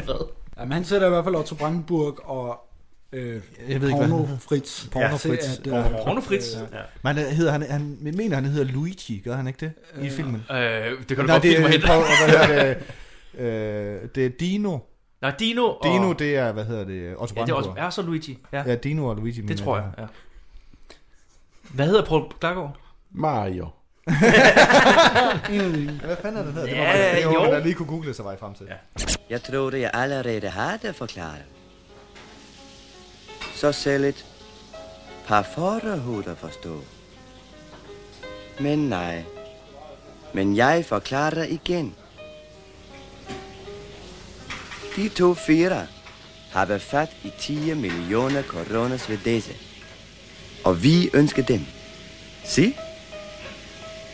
Du.
Jamen, han sætter i hvert fald Otto Brandenburg og øh,
Jeg ved ikke, hvad
Porno
han-
Fritz.
Porno
til
Fritz.
at, øh,
Ja. Men han hedder, han, han jeg mener, han hedder Luigi, gør han ikke det? I filmen.
øh, det kan du
Nej,
godt
det,
bilde mig
er
ind.
Paul- og hvad hedder det? Øh, det er Dino.
Nå, Dino og-
Dino, det er, hvad hedder det? Otto
Ja, det er
Brandenburg.
også, er så Luigi. Ja,
Ja, Dino og Luigi. mener
det tror jeg, ja. Hvad hedder Paul Klargaard?
Mario.
Hvad fanden er det hedder? Det var
Ja,
mig, det var,
jo.
man lige kunne google sig vej frem til.
Jeg troede, jeg allerede har det forklaret. Så selv et par forhuder forstå. Men nej. Men jeg forklarer igen. De to fire har fat i 10 millioner koronas ved disse. Og vi ønsker dem. Se?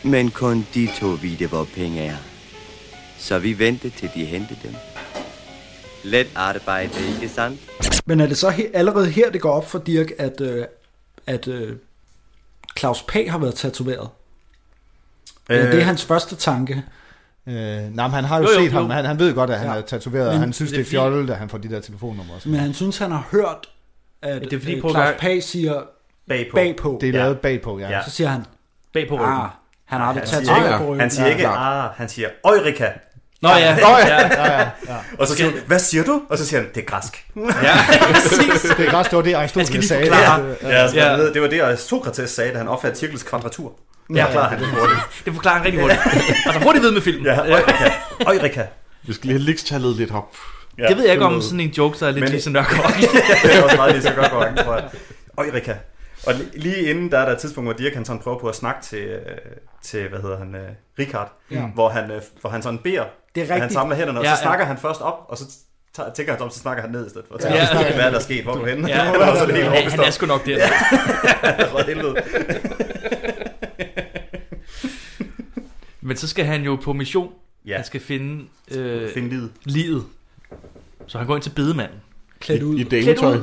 Men kun de to vide, hvor penge er. Så vi venter til de henter dem. Let arbejde, ikke sandt?
Men er det så he- allerede her, det går op for Dirk, at, øh, at øh, Claus Pag har været tatoveret? Øh,
Øh.
ja, det er hans første tanke.
Øh, nej, men han har jo,
Jo, jo,
set ham.
jo.
Han, han ved godt, at han
Ja.
er tatoveret, og
Men
han synes,
det
det
er
er fjollet, at han får de der telefonnumre. og sådan
Men han synes, han har hørt, at
Det er fordi,
øh,
Paul
Claus
Gar-
Pag siger
bagpå.
bagpå.
Det er lavet bagpå, ja.
Så siger han,
Bagpå ryggen.
Ah, han har det
han
tatoveret
siger
på
ikke,
ryggen.
han siger
Ja.
ikke, ah, han siger, Eureka.
Nå ja.
Ja.
Nå ja. Ja, ja, ja.
Og så siger hun, hvad siger du? Og så siger han, det er græsk.
Ja,
præcis. Det er græsk, det var det, Aristoteles
Jeg skal lige
sagde.
forklare.
Det-
Ja, ja.
Ja.
Ja. Det var det, Sokrates sagde, da han opfandt cirklets kvadratur.
Ja,
forklarer han hurtigt.
Det forklarer han rigtig hurtigt. altså hurtigt ved med filmen.
Ja, Eureka. Eureka.
Vi skal lige have likstallet lidt op.
Ja, det ved jeg ikke om sådan en joke, der er lidt
Men-
ligesom Nørgaard.
det er også meget lige så godt går tror jeg. Eureka. Og li- lige inden, der er der et tidspunkt, hvor Dirk han sådan prøver på at snakke til, øh, til hvad hedder han, øh, Richard,
Ja.
ja. hvor, han, øh, hvor han sådan beder,
Det er
at han
rigtigt.
samler hænderne, og
Ja,
så
ja.
snakker han først op, og så tager, tænker han sig om, så snakker han ned i stedet for. Så
Ja.
ja.
Ja.
Hvad er der sket? Hvor er du henne?
Ja.
og så det helt
Ja,
overbevist
han er
om.
sgu nok der.
Ja. Hvor er det helvede.
Men så skal han jo på mission.
Ja.
Han skal finde... Øh,
Finde livet.
Livet. Så han går ind til bedemanden.
Klædt ud.
I dametøj.
Klædt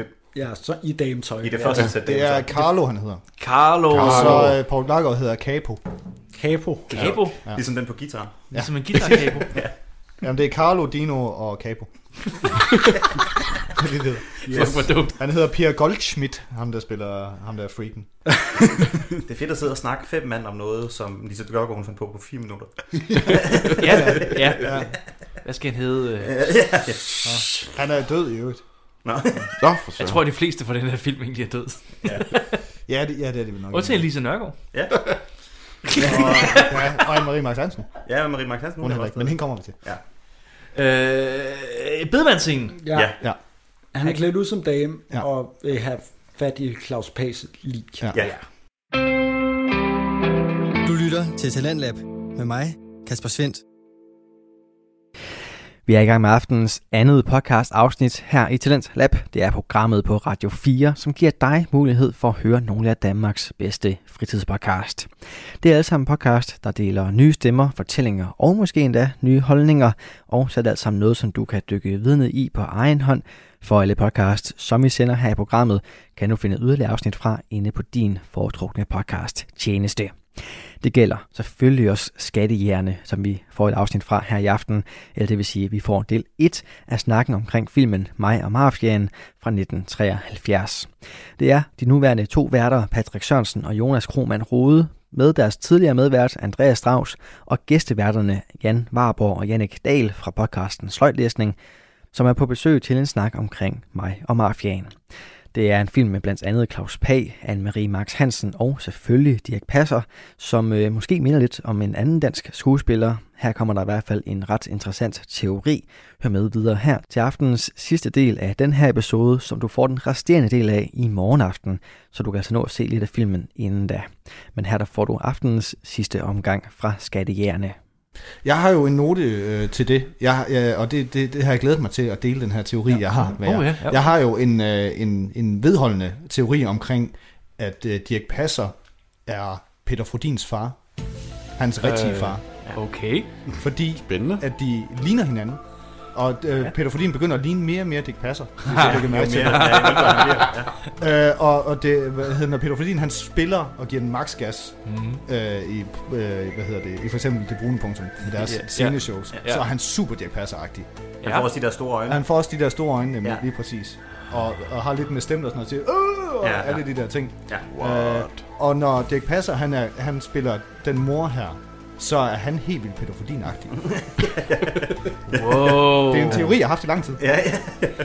ud.
I, ja, så i dametøj.
I det
Ja.
første
Ja.
sæt
Det er Carlo, han hedder.
Carlo.
Og så øh, Paul Lager hedder Capo.
Capo.
Capo.
Ja. Ligesom den på guitaren.
Ligesom en guitar-capo.
ja.
Jamen, det er Carlo, Dino og Capo. det hedder.
Yes. Fuck, hvor dumt.
Han hedder Pierre Goldschmidt, ham der spiller, ham der er freaken.
Det er fedt at sidde og snakke fem mand om noget, som Lise Dørgaard hun fandt på på fire minutter.
ja, ja, ja. Hvad skal han hedde? øh?
Han er død i øvrigt.
Nå.
Nå, for
Jeg tror, at de fleste fra den her film egentlig er død. Ja,
Ja, det, ja, det er det vel nok.
Undtagen Lise Nørgaard.
Ja.
og, ja, og Anne-Marie Max Hansen.
Ja, Marie Max Hansen.
Hun er
er
der
også
ikke, men
død.
hende kommer vi til.
Ja.
Øh, bedemandsscenen.
Ja.
Ja.
ja.
Han er klædt ud som dame
Ja.
og vil have fat i Claus Pace lige.
Ja. ja.
Du lytter til Talentlab med mig, Kasper Svendt. Vi er i gang med aftenens andet podcast afsnit her i Talent Lab. Det er programmet på Radio 4, som giver dig mulighed for at høre nogle af Danmarks bedste fritidspodcast. Det er alle sammen podcast, der deler nye stemmer, fortællinger og måske endda nye holdninger. Og så er det alt sammen noget, som du kan dykke videre ned i på egen hånd. For alle podcasts, som vi sender her i programmet, kan du finde yderligere afsnit fra inde på din foretrukne podcast tjeneste. Det gælder selvfølgelig også Skattehjerne, som vi får et afsnit fra her i aften, eller det vil sige, at vi får del 1 af snakken omkring filmen Mig og Mafiaen fra 1973. Det er de nuværende to værter, Patrick Sørensen og Jonas Krohmann Rode, med deres tidligere medvært Andreas Strauss og gæsteværterne Jan Warborg og Jannik Dahl fra podcasten Sløjtlæsning, som er på besøg til en snak omkring mig og mafiaen. Det er en film med blandt andet Claus Pag, Anne-Marie Max Hansen og selvfølgelig Dirk Passer, som øh, måske minder lidt om en anden dansk skuespiller. Her kommer der i hvert fald en ret interessant teori. Hør med videre her til aftenens sidste del af den her episode, som du får den resterende del af i morgen aften, så du kan altså nå at se lidt af filmen inden da. Men her der får du aftenens sidste omgang fra Skattejægerne.
Jeg har jo en note øh, til det, jeg, jeg, og det, det, det har jeg glædet mig til at dele den her teori, ja. jeg har. Med
Oh,
jer.
ja, ja.
Jeg har jo en, øh, en, en vedholdende teori omkring, at øh, Dirk Passer er Peter Frodins far. Hans rigtige
Øh,
far.
Okay.
Fordi Spændende. at de ligner hinanden. Og øh, Peter Fordin begynder at ligne mere og mere Dick Passer. Hvis
Ja,
jeg lægger mærke
jo
til
mere- ja, jo ældre han
det. Øh, og, og det, hvad hedder det, Peter Fordin, han spiller og giver den max gas
Mhm.
øh, i, øh, hvad hedder det, i for eksempel Det Brune Punktum, i deres
Ja.
sceneshows.
Ja.
Så er han super Dirk Passer-agtig.
Han får også de der store øjne.
Han får også de der store øjne, nemlig,
Ja.
lige præcis. Og, og har lidt med stemt og sådan noget til, øh, og
Ja, ja.
alle de der ting.
Ja.
Øh, og når Dirk Passer, han, er, han spiller den mor her, så er han helt vildt pædofilin-agtig.
Wow.
Det er en teori, jeg har haft i lang tid. Ja, ja.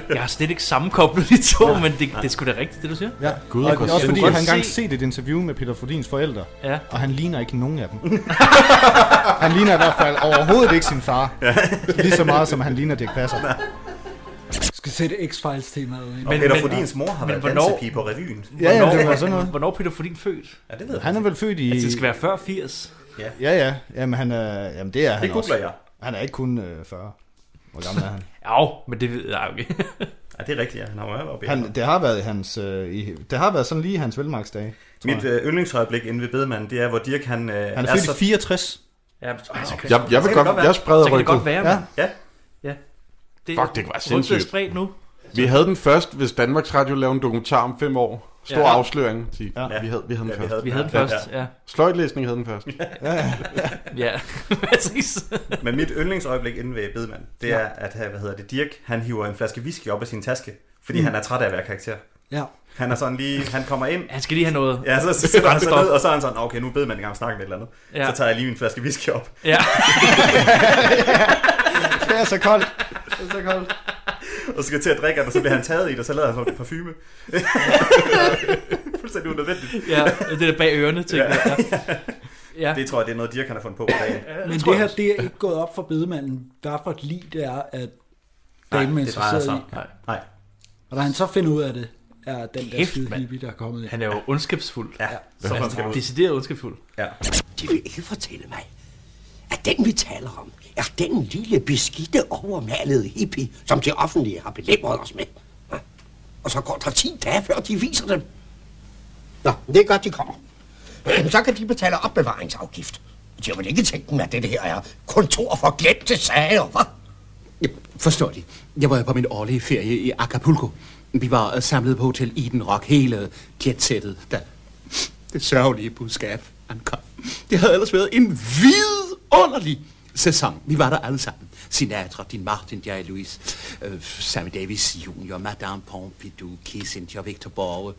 Jeg har slet ikke sammenkoblet de to, men det, det er sgu da rigtigt, det du siger.
Ja, Gud, og det er også fordi, jeg har engang set et interview med Peter Frodins forældre,
Ja.
og han ligner ikke nogen af dem. han ligner i hvert fald overhovedet ikke sin far, lige så meget som han ligner Dirk Passer.
Skal sætte X-Files temaet ind.
Og Peter Frodins mor har været dansepige på revyen.
Ja, ja, det var sådan noget.
Hvornår er Peter Fordin født?
Ja, det ved jeg
Han er vel født i...
Altså, det skal være før 80.
Ja.
Ja, ja. Jamen, han er, jamen det er han
googler
også.
jeg.
Han er ikke kun øh, 40. Hvor gammel er han?
Ja, men det ved jeg ikke.
Ja, det er rigtigt, ja. Han har jo været oppe i
han det, har været hans, øh, i, det har været sådan lige hans velmarksdage. tror
Mit
jeg.
øh, yndlingsøjeblik inde ved bedemanden, det er, hvor Dirk han... Øh,
Han er født i 64.
Ja, men-
Ah, så kan-
Jeg- jeg vil
så kan
godt-
det være.
jeg spreder
Så kan det
ryggen.
godt være,
Ja.
mand. Ja.
Ja.
Fuck, det var
Rygtet er
sindssygt.
spredt nu.
Vi havde den først, hvis Danmarks Radio lavede en dokumentar om fem år. Stor
Ja.
ja. afsløring. Til, ja. Vi havde, vi havde den
Ja, vi
først.
havde den. Vi havde den først, ja.
Sløjtlæsning havde den først.
Ja, præcis.
Men mit yndlingsøjeblik inde ved bedemanden, det er, at øh, hvad hedder det, Dirk, han hiver en flaske whisky op af sin taske, fordi
Mm.
han er træt af at være karakter.
Ja.
Han er sådan lige, han kommer ind.
Han skal lige have noget
Ja, så, så sætter han sig
brændstof.
ned, og så er han sådan, okay, nu beder man i gang snakke med et eller andet.
Ja.
Ja. Så tager jeg lige min flaske whisky op.
Ja.
det er så koldt. Det er så koldt.
og så skal jeg til at drikke, den, og så bliver han taget i det, og så lader han sådan en parfume. fuldstændig unødvendigt.
Ja, det der bag ørerne, ting.
Ja.
Ja.
ja. Det tror jeg, det er noget, Dirk han har fundet på på dagen.
Men det her, det er ikke gået op for bedemanden, hvad for et lig det er, at
Nej,
damen er
det drejer
interesseret
sig
i.
om. Nej, nej.
Og da han så finder ud af det, er den der
Kæft,
skide
mand.
hippie, der er kommet ind.
Han er jo ondskabsfuld. Ja,
så
så han
ondskabsfuld.
er decideret ondskabsfuld.
Ja.
De vil ikke fortælle mig, at den vi taler om, er den lille beskidte overmalede hippie, som det offentlige har belemret os med. Hva? Og så går der 10 dage, før de viser dem. Nå, det er godt, de kommer. Så kan de betale opbevaringsafgift. De har vel ikke tænkt dem, at det her er kontor for glemte sager, hva?
Forstår de. Jeg var på min årlige ferie i Acapulco. Vi var øh, samlet på Hotel Eden Rock, hele jetsættet, da det sørgelige budskab ankom. Det havde ellers været en vidunderlig sæson. Vi var der alle sammen. Sinatra, Din Martin, jeg, Louise, øh, Sammy Davis Jr., Madame Pompidou, Kissinger, Victor Borge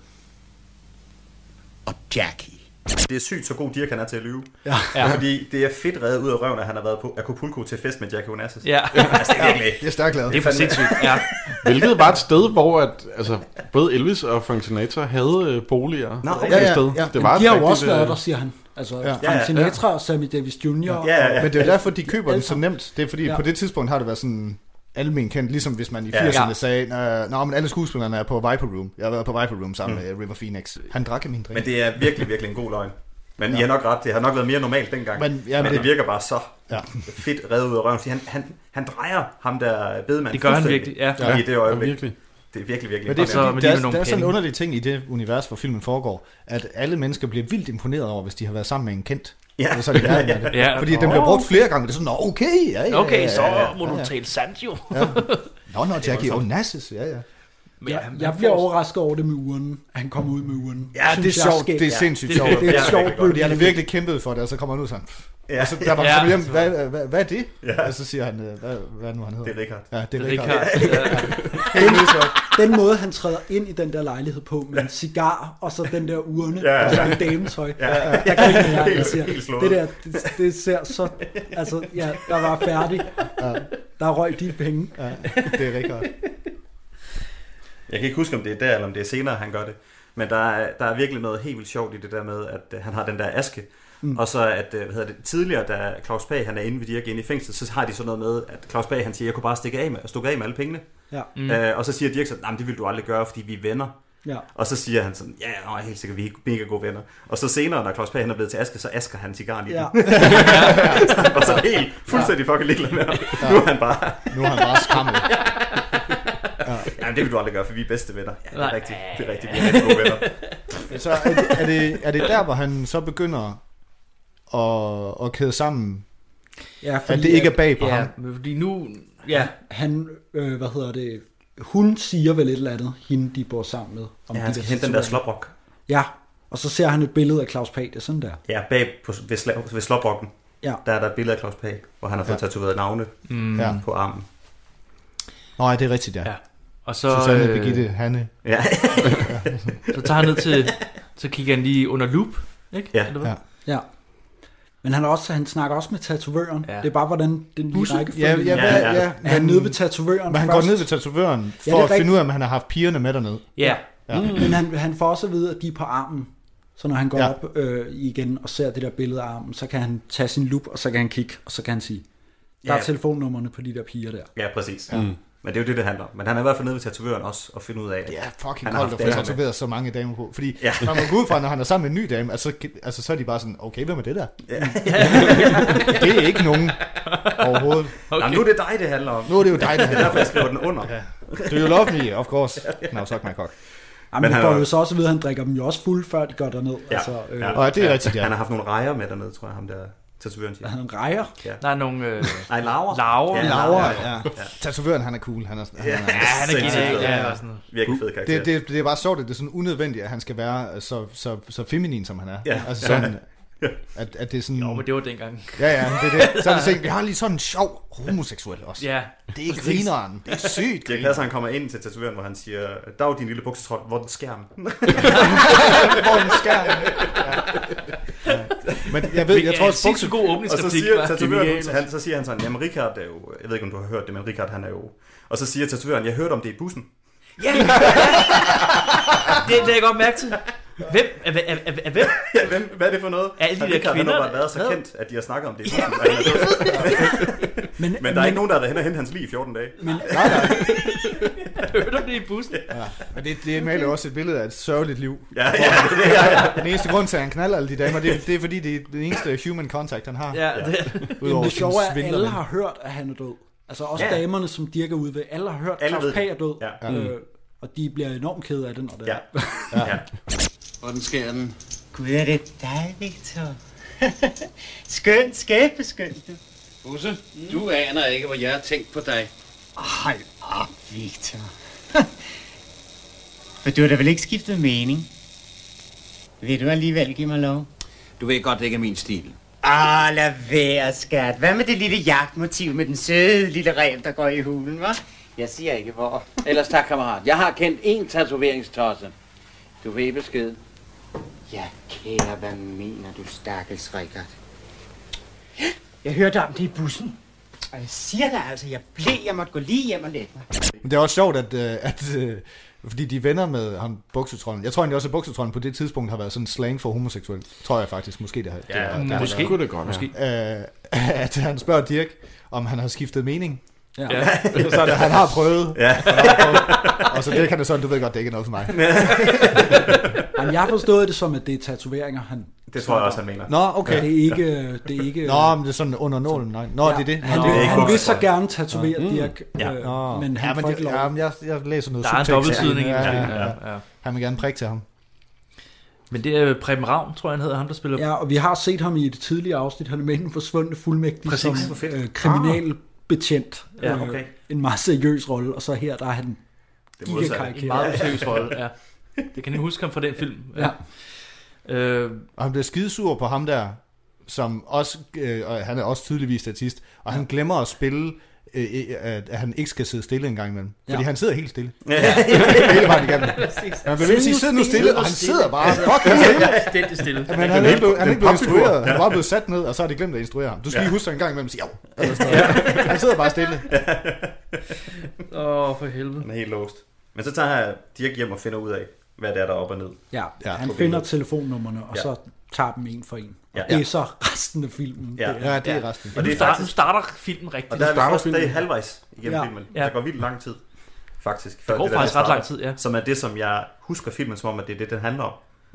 og Jackie.
Det er sygt, så god Dirk han er til at lyve.
Ja.
Ja. Fordi det er fedt reddet ud af røven, at han har været på Acapulco til fest med Jack Onassis.
Ja.
altså, det er virkelig.
Ja, det er stærkt lavet.
fandme-
Hvilket var et sted, hvor at, altså, både Elvis og Frank Sinatra havde øh, boliger.
Nå,
et
ja, ja,
sted.
ja.
Det
Men
var
de har jo
rigtigt,
også
øh,
været der, siger han. Altså,
Ja.
ja. Frank
Ja, ja.
Sinatra og Sammy Davis Jr. Ja,
Men det er jo derfor, de køber den så
sammen.
nemt. Det er fordi,
Ja.
ja. på det tidspunkt har det været sådan almen kendt, ligesom hvis man i
Ja.
80'erne
Ja.
sagde, "Nå, Nå, men alle skuespillerne er på Viper Room. Jeg har været på Viper Room sammen
Mm.
mm. med River Phoenix. Han drak af min drink.
Men det er virkelig, virkelig en god løgn. Men ja. I har nok ret, det har nok været mere normalt dengang.
Men-
Men,
ja,
ja, men
det-
det virker bare så
Ja.
ja. fedt reddet ud af røven, fordi han, han, han drejer ham der bedemand.
Det gør han
fuldstændig
virkelig, ja.
I
Ja,
det øjeblik.
virkelig.
Det er virkelig, virkelig.
Men det er,
Og så-
fordi, der, er,
nogle
der er sådan en
penge.
underlig ting i det univers, hvor filmen foregår, at alle mennesker bliver vildt imponeret over, hvis de har været sammen med en kendt.
Ja.
Og så er det verden af det.
Ja.
Fordi den bliver brugt flere gange, og det er sådan, "Nå, okay, ja, ja,
Okay,
ja,
så
ja, ja,
må
ja,
du
ja.
tale sandt jo.
Ja. Nå, nå, Jackie Onassis, ja, ja.
Men
jeg,
han-
jeg
han
bliver
får-
overrasket over det med uren. Han kommer ud med uren.
Ja, det er sjovt. Det er sindssygt sjovt.
Det er sjovt.
Fordi han har virkelig kæmpet for det, og så kommer han ud sådan. pff.
Ja.
Og så der var
Ja.
ja. hjem, hvad, hvad, hvad er det?
Ja.
Ja. Og så siger han, øh, hvad, hvad er nu han hedder?
Det er Richard.
Ja, det er
Richard.
Richard.
Ja.
Ja. Det er lidt sjovt.
Den måde, han træder ind i den der lejlighed på, med en cigar, og så den der urne,
Ja, ja.
og så en dametøj.
Ja, ja.
Jeg kan ikke lade være, jeg
Helt-
siger,
helt slået.
det der, det, det ser så, altså, ja, der var færdig. Der røg de penge.
Ja, det er Richard.
Jeg kan ikke huske, om det er der, eller om det er senere, han gør det. Men der er, der er virkelig noget helt vildt sjovt i det der med, at øh, han har den der aske. Mm.
Mm.
Og så at, øh, hvad hedder det, tidligere, da Claus Pag han er inde ved Dirk inde i fængsel, så har de sådan noget med, at Claus Pag han siger, jeg kunne bare stikke af med, stikke af med alle pengene.
Ja.
Mm.
Mm.
Øh, og så siger Dirk så, nej, det vil du aldrig gøre, fordi vi er venner.
Ja.
Og så siger han sådan, ja, nå, jeg er helt sikkert, vi er mega gode venner. Og så senere, når Claus Pag han er blevet til aske, så asker han cigaren i
Ja.
den. og så er det helt fuldstændig fucking ligeglad med ham.
Ja.
Nu er han bare...
Nu er han bare skrammel.
Ja. Jamen, det vil du aldrig gøre, for vi er bedste venner. Ja, det er
Nej.
rigtigt. Det er rigtigt, vi er rigtig gode venner.
Så er det, er, det, er det der, hvor han så begynder at, at kæde sammen? at det ikke er bag på
ja,
ham?
Fordi nu,
ja. Han, øh, hvad hedder det, hun siger vel et eller andet, hende de bor sammen med.
Ja,
de
han skal hente den
tatoveringer.
der slåbrok.
Ja, og så ser han et billede af Claus Pate, sådan der.
Ja, bag på, ved, sla, ved slåbrokken.
Ja.
Der er der et billede af Claus Pag, hvor han har fået
Ja.
tatoveret navne
Mm. Ja.
på armen.
Nej, det er rigtigt, ja.
Ja. Og så,
Susanne,
øh,
Birgitte, Hanne.
Ja.
så tager han ned til, så kigger han lige under loop, ikke?
Ja.
Eller hvad?
Ja.
Ja. Men han, er også, han snakker også med tatovøren.
Ja.
Ja. Det er bare, hvordan den lige
Busse?
rækkefølge.
Ja, ja, hvad- Ja, ja. ja.
Er han
Men-
nede ved tatovøren
Men han går
først?
ned ved tatovøren
Ja,
for ja,
det er
at finde
rigtigt.
ud af, om han har haft pigerne med dernede.
Ja.
Ja.
ja. Mm. Men han, han får også at vide, at de er på armen. Så når han går
Ja.
ja. op øh, igen og ser det der billede af armen, så kan han tage sin lup, og så kan han kigge, og så kan han sige, der
Ja.
er telefonnummerne på de der piger der.
Ja, præcis.
Ja.
Mm. Men det er jo det, det handler om. Men han er i hvert fald nede ved tatovøren også og finde ud af, at
Ja, fucking
han
koldt at
har haft
få
damer med.
tatoveret så mange damer på. Fordi
Ja.
ja. når man går ud fra, når han er sammen med en ny dame, altså, altså så er de bare sådan, okay, hvem er det der?
Ja.
det er ikke nogen overhovedet.
Okay. Jamen, nu er det dig, det handler om.
Nu er det jo dig,
det
det
er
handler om.
derfor, jeg skriver den under.
Ja. Do you love me? Of course. Now suck my cock.
Jamen, men han får jo så også at vide, at han drikker dem jo også fuld, før de går derned.
Ja.
Altså, øh,
ja. Han har haft nogle rejer med dernede, tror jeg, ham der tatovøren siger.
Han rejer?
Ja.
Der er nogle... Øh,
Nej, laver.
Laver.
Ja,
Laura,
ja.
ja. ja. Tatovøren, han er cool. Han er,
Ja, han er genial, ja, og sådan noget.
Mm.
Virkelig fed karakter.
Det, det, det er bare sjovt, at det er sådan unødvendigt, at han skal være øh, så, så, så feminin, som han er.
Ja.
Altså sådan,
Ja.
at, at det er sådan...
Jo, men det var dengang.
Ja, ja, men det er det. Så er det sådan, vi har lige sådan en sjov homoseksuel også.
Ja.
Det er
Præcis.
grineren. Det er sygt.
Det er glad, at han kommer ind til tatovøren, hvor han siger, Dag, din lille buksetrol, hvor er den skærm?
Hvor er den skærm? Ja. Ja. Men jeg ved, jeg tror også, bukset-
Og så siger tatovøren, han, så siger han sådan, jamen Richard er jo, jeg ved ikke, om du har hørt det, men Richard han er jo... Og så siger tatovøren, jeg hørte om det i bussen.
Ja! det, det er jeg godt mærke til. Hvem? Er, er, er, er, hvem?
ja, hvem? Hvad er det for noget?
Er alle de
Han
der
ikke har
kvinder,
åbenbart
der-
været så
hvad?
kendt, at de har snakket om det. i tusind år. men, men der er ikke nogen, der har været hen og hentet hans liv i 14 dage.
Men, nej, nej.
Hørte om det i bussen?
Ja. Men det, det maler jo også et billede af et sørgeligt liv.
Ja, ja, det er- ja.
Den eneste grund til, at han knaller alle de damer, det, er- det er fordi, det er den eneste human contact, han har.
Men
Udover
det
sin
sjove er, at
svindler-
alle har hørt, at han er død. Altså også
Ja.
ja. damerne, som Dirk er ude ved. Alle har hørt, at
Alle ved
Claus Pag
det.
er død.
Ja.
Øh, og de bliver enormt kede af det, når det er.
Ja. Ja. Hvordan sker den?
Gud, er det dig, Victor? skønt, skæbeskønt. du.
Busse, mm. du aner ikke, hvor jeg har tænkt på dig.
Hold op, Victor. For du har da vel ikke skiftet mening? Vil du alligevel give mig lov?
Du ved godt, det ikke er min stil.
Åh, lad være, skat. Hvad med det lille jagtmotiv med den søde lille rem, der går i hulen, hva'? Jeg siger ikke, hvor.
Ellers tak, kammerat. Jeg har kendt én tatoveringstosse. Du ved besked.
Ja, kære, hvad mener du, stakkels Rikard? Jeg hørte om det i bussen. Og jeg siger dig altså, jeg blev, jeg måtte gå lige hjem og lægge mig.
Men det er også sjovt, at, øh, at øh, fordi de er venner med ham, buksetrollen. Jeg tror egentlig også, at buksetrollen på det tidspunkt har været sådan slang for homoseksuel. Tror jeg faktisk. Måske det har.
Ja,
det har- det
måske.
Har
Kunne det godt
måske. Øh, at han spørger Dirk, om han har skiftet mening.
Ja.
Ja. så er det, han har prøvet.
Ja.
Han har prøvet. Og så Dirk han er sådan, du ved godt, det er ikke noget for mig.
Jamen, jeg har forstået det som, at det er tatoveringer, han...
Det tror jeg også, han mener.
Nå, okay.
Ja, Det er ikke... øh, Det er ikke
Nå, men det er sådan under nålen. Nej. Nå,
Ja,
det er det.
han
Nå,
vil-
det er ikke
han vil
bukser.
så gerne tatovere
Nå.
Dirk,
Ja.
øh,
Nå.
men han
ja, men
får ikke
det-
lov.
ja, men jeg, jeg læser noget
Der er en
subtekst her.
dobbeltydning i
Ja,
det.
ja,
Ja,
ja.
ja.
Han vil gerne prikke til ham.
Men det er øh, Preben Ravn, tror jeg, han hedder, ham der spiller.
Ja, og vi har set ham i et tidligere afsnit. Han er med i den forsvundne fuldmægtige
Præcis. Ej, hvor
som
fedt.
øh, kriminalbetjent.
Ja,
Øh,
okay.
En meget seriøs rolle, og så her, der er han
Det modsatte.
gigakarakter.
En meget seriøs rolle, ja. Det kan jeg huske ham fra den film.
Ja.
Øh,
og han bliver skidesur på ham der, som også, øh, og han er også tydeligvis statist, og han glemmer at spille, øh, øh, at at han ikke skal sidde stille en gang imellem. Fordi
Ja.
han sidder helt stille.
Ja.
Hele vejen igennem.
Præcis.
Han bliver ved at sige, sid nu stille, og han sidder bare fucking
stille.
stille.
Stille, stille.
Jamen, han er ikke blevet, han er ikke blevet
Den pappfigur.
instrueret. Han er
Ja.
bare blevet sat ned, og så har de glemt at instruere ham. Du skal
Ja.
lige huske at en gang imellem sige, jo. Eller sådan noget. Han sidder bare stille.
Åh, for helvede.
Han er helt låst. Men så tager jeg Dirk hjem og finder ud af, hvad det er, der er op og ned.
Ja, ja han
på
finder
billedet.
telefonnummerne, og
Ja.
ja. så tager dem en for en.
Ja.
Ja. Det er så resten af filmen.
Ja. Ja, det er Ja. resten.
Og det er faktisk... Nu starter filmen rigtigt.
Og der er vi først
filmen.
dag halvvejs igennem
Ja.
ja. filmen.
Ja.
Der går vildt lang tid, faktisk. før
går
der
faktisk ret
starter,
lang tid, ja.
Som er det, som jeg husker filmen som om, at det er det, den handler om.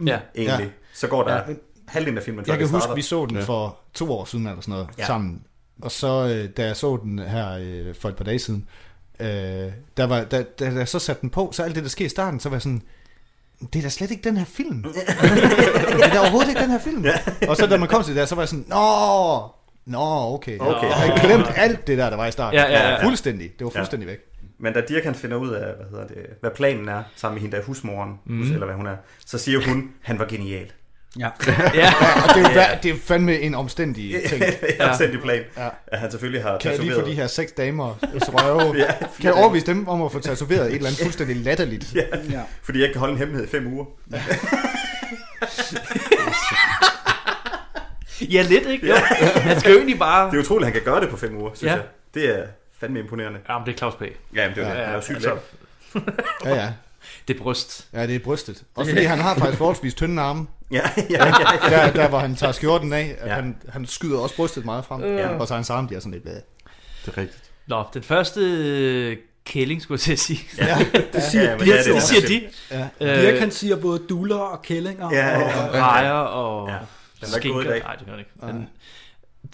Ja.
Egentlig.
Ja.
Så går der
Ja.
halvdelen af filmen, før
Jeg kan
det
huske,
starter.
vi så den for to år siden eller sådan noget
Ja.
ja. sammen. Og så, øh, da jeg så den her øh, for et par dage siden, øh, der var, da, da, da jeg så satte den på, så alt det, der sker i starten, så var jeg sådan, det er da slet ikke den her film. det er da overhovedet ikke den her film. og så da man kom til det der, så var jeg sådan, nå, nå, okay.
Okay.
Jeg havde glemt alt det der, der var i starten.
Ja, ja, ja.
Fuldstændig. Det var fuldstændig væk.
Men da Dirk han finder ud af, hvad, hedder det, hvad planen er, sammen med hende der husmoren,
Mm.
mm. eller hvad hun er, så siger hun, han var genial.
Ja.
og det er, jo, hver- det er fandme en omstændig ting.
ja. Omstændig plan.
Ja.
Ja. At han selvfølgelig har
Kan jeg lige få
tatoveret-
de her seks damer røve?
Ja,
ja,
fire
kan jeg
dage.
overvise dem om at få tatoveret et eller andet fuldstændig latterligt?
Ja. ja. Fordi jeg ikke kan holde en hemmelighed i fem uger. Ja,
Ja, lidt, ikke? Jo. Han skal jo egentlig bare...
Det er utroligt, han kan gøre det på fem uger, synes
Ja.
ja. jeg. Det er fandme imponerende.
Jamen, det er Claus P.
Ja, altså- men det er jo det. Han er jo sygt lækker.
Ja, ja.
Det er bryst.
Ja, det er brystet. Også fordi han har faktisk forholdsvis tynde arme.
Ja, ja, ja, ja.
Der, der hvor han tager skjorten af, at
Ja.
ja. han, han skyder også brystet meget frem.
Ja.
Ja. Og så hans arme, de er sådan lidt... Bæh.
Det er rigtigt.
Nå, den første øh, kælling, skulle jeg til at sige.
Ja, det siger
Ja,
de.
men det, er det,
Det
det
siger
siger de.
Ja.
Øh, Dirk han siger både duller og kællinger.
Ja, ja,
og,
ja. Øh, Rejer og
Ja. Den
ja.
er ikke gået i
skinker.
dag.
Nej, det gør den ikke.
Nej.
Den,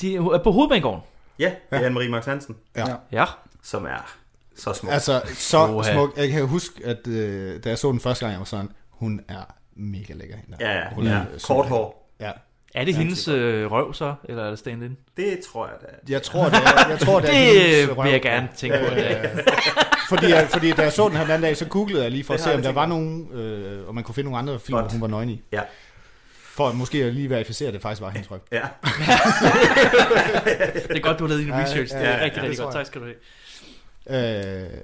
de er ho- på hovedbanegården.
Ja, det er Anne-Marie Max Hansen.
Ja.
Ja.
Som er så smuk.
Altså, så smuk. Jeg kan huske, at øh, da jeg så den første gang, jeg var sådan, hun er mega lækker. Hende. der.
Ja, ja.
Hun
Ja.
øh, super
Kort
lækker.
hår.
Ja.
Er det hendes øh, røv så, eller er det stand-in?
Det tror jeg da.
Jeg tror, det er, jeg tror, det er
øh,
det øh,
hendes øh,
vil jeg
røv.
gerne tænke på.
Øh,
Ja.
fordi, jeg, fordi da jeg så den her den anden dag, så googlede jeg lige for at
Det
se,
har
om
jeg
der
tænkt
var nogen, øh, om man kunne finde nogle andre film, hvor hun var nøgen i.
Ja.
For at måske at lige verificere, at det faktisk var hendes ryg.
Ja.
det er godt, du har lavet din research. Det er rigtig, rigtig godt. Tak skal du have.
Øh,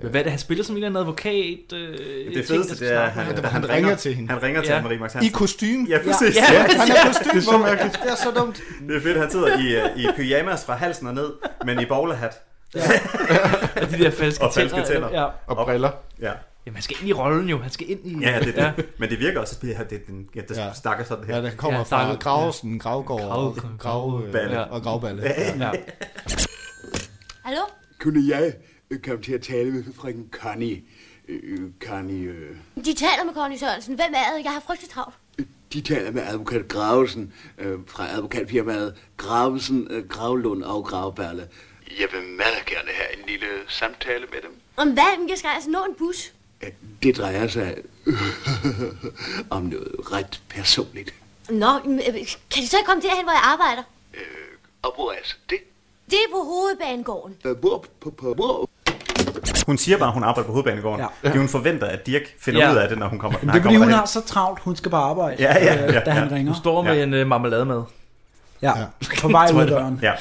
Men hvad er det, han spiller som en eller anden advokat? Øh, ting,
Det fedeste,
skal
det er, at
snakke
han,
med
han, han,
ham?
ringer til hende.
Han ringer til
Ja.
ja. Marie Max
I
Hansen.
kostume.
Ja, præcis.
Ja. Ja, han er i kostume.
Det er så mærkeligt.
Det er så dumt.
Det er fedt, han sidder i, øh, i pyjamas fra halsen og ned, men i bowlerhat.
Og de der falske
og falske
tænder,
tænder.
ja.
Og briller. Ja.
Jamen, han skal ind i rollen jo. Han skal ind i...
Ja, det, er det. men det virker også, at det, her, det, er den, ja, det
Ja.
ja. stakker sådan her.
Ja, der kommer fra Graversen, Gravgaard og Grav,
Balle.
og Gravballe. Ja.
Hallo?
Kunne jeg øh, komme til at tale med frøken Connie? Øh, Connie, øh,
De taler med Conny Sørensen. Hvem er det? Jeg har frygtet travlt.
de taler med advokat Gravelsen øh, fra advokatfirmaet Gravelsen, øh, Gravlund og Gravballe. Jeg vil meget gerne have en lille samtale med dem.
Om hvad? Men jeg skal altså nå en bus.
Det drejer sig øh, om noget ret personligt.
Nå, men, øh, kan de så ikke komme derhen, hvor jeg arbejder?
Og hvor er så det?
Det er på hovedbanegården.
Øh, Hvor, på, på, hvor?
Hun siger bare, at hun arbejder på hovedbanegården. Ja. Fordi hun forventer, at Dirk finder
Ja.
ud af det, når hun kommer.
Jamen,
når
det
han
er fordi,
kommer
hun
derhen.
har så travlt, hun skal bare arbejde,
Ja, ja,
øh,
ja,
da han
ja.
ringer.
Du står med ja. en øh, marmelade med.
Ja, på vej ud af døren.
Ja.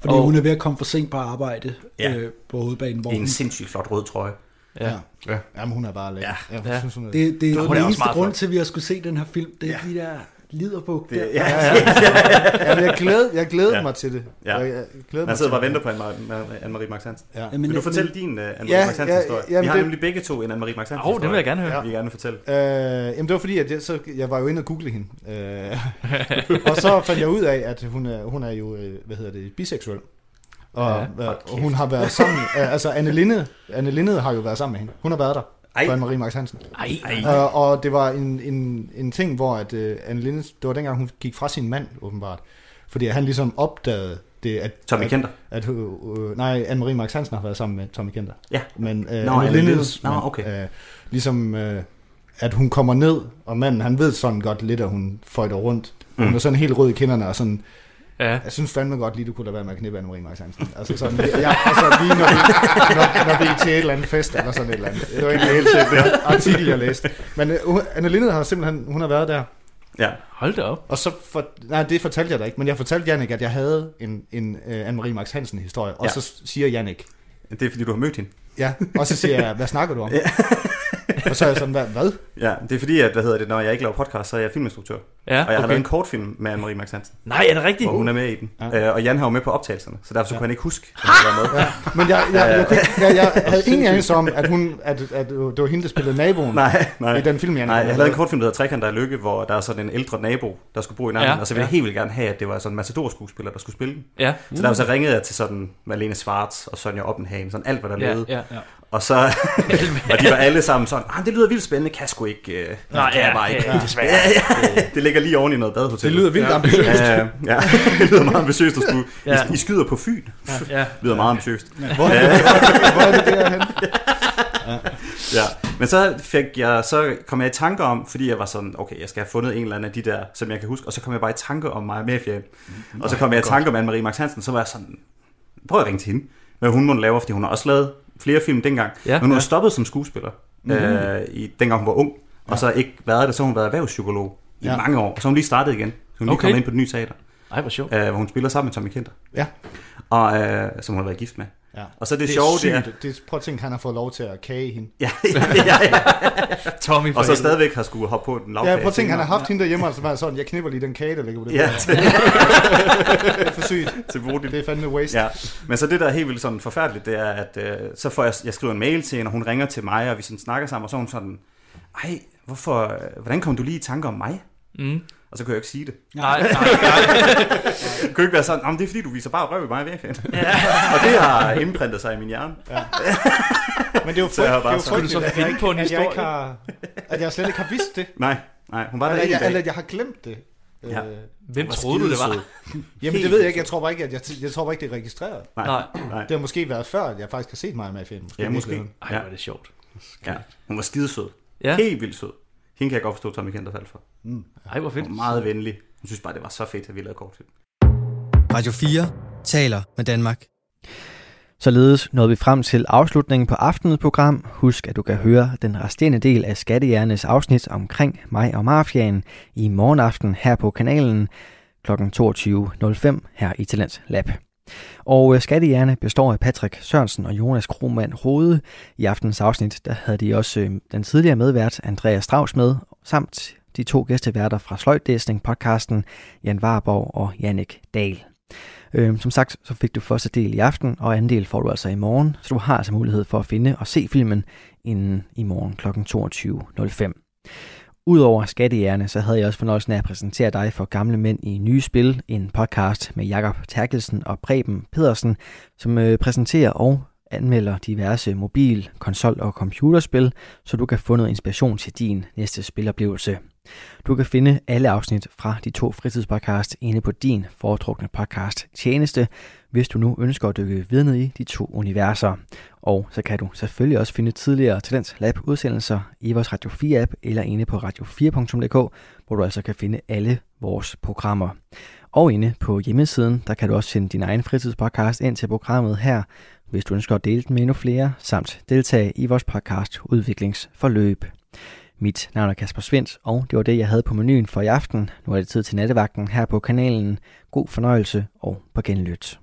Fordi
Og-
hun er ved at komme for sent på arbejde
Ja.
øh, på hovedbanen. Hvor
I en sindssygt flot rød trøje.
Ja.
ja. Jamen, hun er bare lækker. Ja. Jeg synes, hun er...
Det, det er
Hun
den
også
eneste
meget
grund
flot.
til, at vi har skulle se den her film. Det er ja. de der liderbuk.
Det-
der.
ja, ja, ja. Jamen, jeg glæd- jeg glædede mig til det.
Ja.
Jeg- jeg glædede mig
Man sidder
til
bare og
det.
venter på Anne- Anne- Anne-Marie Max Hansen.
Ja.
Ja.
Jamen,
Vil du
men-
fortælle
men-
din uh, Anne-Marie
Ja,
Max
ja,
Hansen-historie?
jamen,
Vi har
det-
nemlig begge to en Anne-Marie Max Hansen-historie.
Åh, den vil jeg gerne høre.
Vi vil gerne fortælle.
Øh, jamen det var fordi, at jeg, så, jeg var jo inde og google hende. Øh, og så fandt jeg ud af, at hun er, hun er jo, øh, hvad hedder det, biseksuel. Og,
Ja,
ja,
hold
og hun har været sammen, øh, altså Anne Linde, Anne Linde har jo været sammen med hende. Hun har været der.
Ej.
For Anne-Marie Max Hansen.
Ej.
Øh, og det var en, en, en ting, hvor at, øh, Anne Linde, det var dengang, hun gik fra sin mand, åbenbart. Fordi han ligesom opdagede det, at...
Tommy
at-
Kenter.
At, øh, øh, nej, Anne-Marie Max Hansen har været sammen med Tommy Kenter.
Ja.
Men øh,
Nå,
Anne,
Anne Lindes
Lindes
mand.
mand,
Nå, okay.
Øh, ligesom øh, at hun kommer ned, og manden han ved sådan godt lidt, at hun føjter rundt. Hun
Mm.
er sådan helt rød i kinderne, og sådan...
Ja.
Jeg synes fandme godt lige, du kunne da være med at knippe Anne-Marie Max Hansen. Altså sådan, ja, altså lige når vi, når, når vi er til et eller andet fest, eller sådan et eller andet. Det var egentlig helt sikkert den artikel, jeg læste. Men øh, hun- Anne Linde har simpelthen, hun har været der.
Ja.
Hold da op.
Og så, for, nej, det fortalte jeg dig ikke, men jeg fortalte Jannik, at jeg havde en, en uh, Anne-Marie Max Hansen-historie, og
Ja.
ja. så siger Jannik,
Det er fordi, du har mødt hende.
ja, og så siger jeg, hvad snakker du om? og så er jeg sådan, hvad? hvad?
Ja, det er fordi, at, hvad hedder det, når jeg ikke laver podcast, så er jeg filminstruktør.
Ja,
og jeg har
okay.
lavet en kortfilm med Anne-Marie Max Hansen.
Nej, er det rigtigt?
Og hun er med i den. Ja. Øh, og Jan har jo med på optagelserne, så derfor så kunne han ikke huske, at han var med.
Ja. Men jeg, jeg, jeg, jeg, jeg, jeg havde ingen anelse om, at, hun, at, at, det var hende, der spillede naboen
Nej, nej.
i den film, jeg
Nej, jeg lavede en kortfilm, der hedder Trekant der lykke, hvor der er sådan en ældre nabo, der skulle bo i nærheden,
Ja,
ja, og så ville
ja. Mm.
ja. jeg helt vildt gerne have, at det var sådan en matador-skuespiller, der skulle spille den.
Ja.
Så der så ringede jeg til sådan Malene Svarts og Sonja Oppenhagen, sådan alt, hvad der
Ja,
lavede.
ja, ja.
Og så, og de var alle sammen sådan, ah, det lyder vildt spændende, kan sgu ikke, øh,
Nej,
kan
ja,
jeg bare ikke.
ja, desværre.
ja. Det ligger lige oven i noget badehotel.
Det lyder vildt
ja.
ambitiøst.
Ja, ja, det lyder meget ambitiøst at skulle.
Ja.
Ja. I, I skyder på Fyn.
Ja, ja.
lyder meget ambitiøst.
Ja. Hvor er det- hvor er det derhenne?
Ja. ja. Men så fik jeg, så kom jeg i tanke om, fordi jeg var sådan, okay, jeg skal have fundet en eller anden af de der, som jeg kan huske, og så kom jeg bare i tanke om mig Mafia.
Mm-hmm.
Og så kom jeg i tanke om Anne-Marie Max Hansen, så var jeg sådan, prøv at ringe til hende, hvad hun måtte lave, fordi hun har også lavet flere film dengang.
Ja,
Ja, men hun
ja.
ja. stoppet som skuespiller,
Mhm.
mm-hmm. øh, i, dengang hun var ung, og så ikke været det, så har hun været erhvervspsykolog i
Ja.
ja. mange år, og så er hun lige startet igen. Så hun er lige
Okay.
okay. kommet ind på det nye teater.
Ej, hvor sjovt.
Øh, hvor hun spiller sammen med Tommy Kenter.
Ja.
Og, øh, som hun har været gift med.
Ja.
Og så det, det sjove, det er,
sygt. det er... Prøv at tænke, han har fået lov til at kage hende.
Ja, ja, ja, ja. Tommy og så stadigvæk har skulle hoppe på den
Ja,
lavkage.
prøv at tænke, han har
senere.
haft hende derhjemme, og så var han sådan, jeg knipper lige den kage, der ligger på det.
Ja,
bord."
til-
det er for sygt.
til Bodil.
Det er fandme waste.
Ja. Men så det, der er helt vildt sådan forfærdeligt, det er, at øh, så får jeg, jeg skriver en mail til hende, og hun ringer til mig, og vi sådan snakker sammen, og så er hun sådan, ej, hvorfor, øh, hvordan kom du lige i tanke om mig?
Mm.
Og så kunne jeg jo ikke sige det.
Nej, nej, nej.
kunne ikke være sådan, "Nå, men det er fordi, du viser bare røv i mig i ja. Og det har indprintet sig i min hjerne. Ja.
Men det er jo
Så jeg har
frygt, det
bare
er jo
sagt-
frygteligt, at jeg ikke- at jeg ikke har, at jeg slet ikke har vidst det.
Nej, nej, hun var der
eller,
ikke
jeg,
en dag.
eller at jeg har glemt det.
Ja.
Øh,
Hvem
hun var
troede du, det var?
skidesød. Jamen det ved jeg ikke. Jeg tror bare ikke, at jeg, jeg tror bare ikke det er registreret.
Nej, nej.
Det har måske været før, at jeg faktisk har set mig med film.
Ja, måske.
Ej, hvor er det sjovt.
Ja. Hun var skidesød.
Ja.
Ja. Helt vildt sød. Hende kan jeg godt forstå, Tommy Kenter faldt for.
Mm.
Ej, hvor fedt.
Hun var meget venlig. Hun synes bare, det var så fedt, at vi lavede kortfilm.
Radio 4 taler med Danmark. Således nåede vi frem til afslutningen på aftenens program. Husk, at du kan høre den resterende del af Skattehjernes afsnit omkring mig og mafiaen i morgenaften her på kanalen kl. 22.05 her i Talents Lab. Og øh, Skattehjerne består af Patrick Sørensen og Jonas Kromand Rode. I aftens afsnit der havde de også øh, den tidligere medvært Andreas Strauss med, samt de to gæsteværter fra Sløjtdæsning podcasten Jan Warborg og Jannik Dahl. Øhm, som sagt, så fik du første del i aften, og anden del får du altså i morgen, så du har altså mulighed for at finde og se filmen inden i morgen kl. 22.05. Udover skattejerne, så havde jeg også fornøjelsen af at præsentere dig for Gamle Mænd i Nye Spil, en podcast med Jakob Terkelsen og Preben Pedersen, som øh, præsenterer og anmelder diverse mobil, konsol og computerspil, så du kan få noget inspiration til din næste spiloplevelse. Du kan finde alle afsnit fra de to fritidspodcast inde på din foretrukne podcast tjeneste, hvis du nu ønsker at dykke videre ned i de to universer. Og så kan du selvfølgelig også finde tidligere Talents Lab udsendelser i vores Radio 4 app eller inde på radio4.dk, hvor du altså kan finde alle vores programmer. Og inde på hjemmesiden, der kan du også sende din egen fritidspodcast ind til programmet her, hvis du ønsker at dele den med endnu flere, samt deltage i vores podcast udviklingsforløb. Mit navn er Kasper Svendt, og det var det, jeg havde på menuen for i aften. Nu er det tid til nattevagten her på kanalen. God fornøjelse og på genlyt.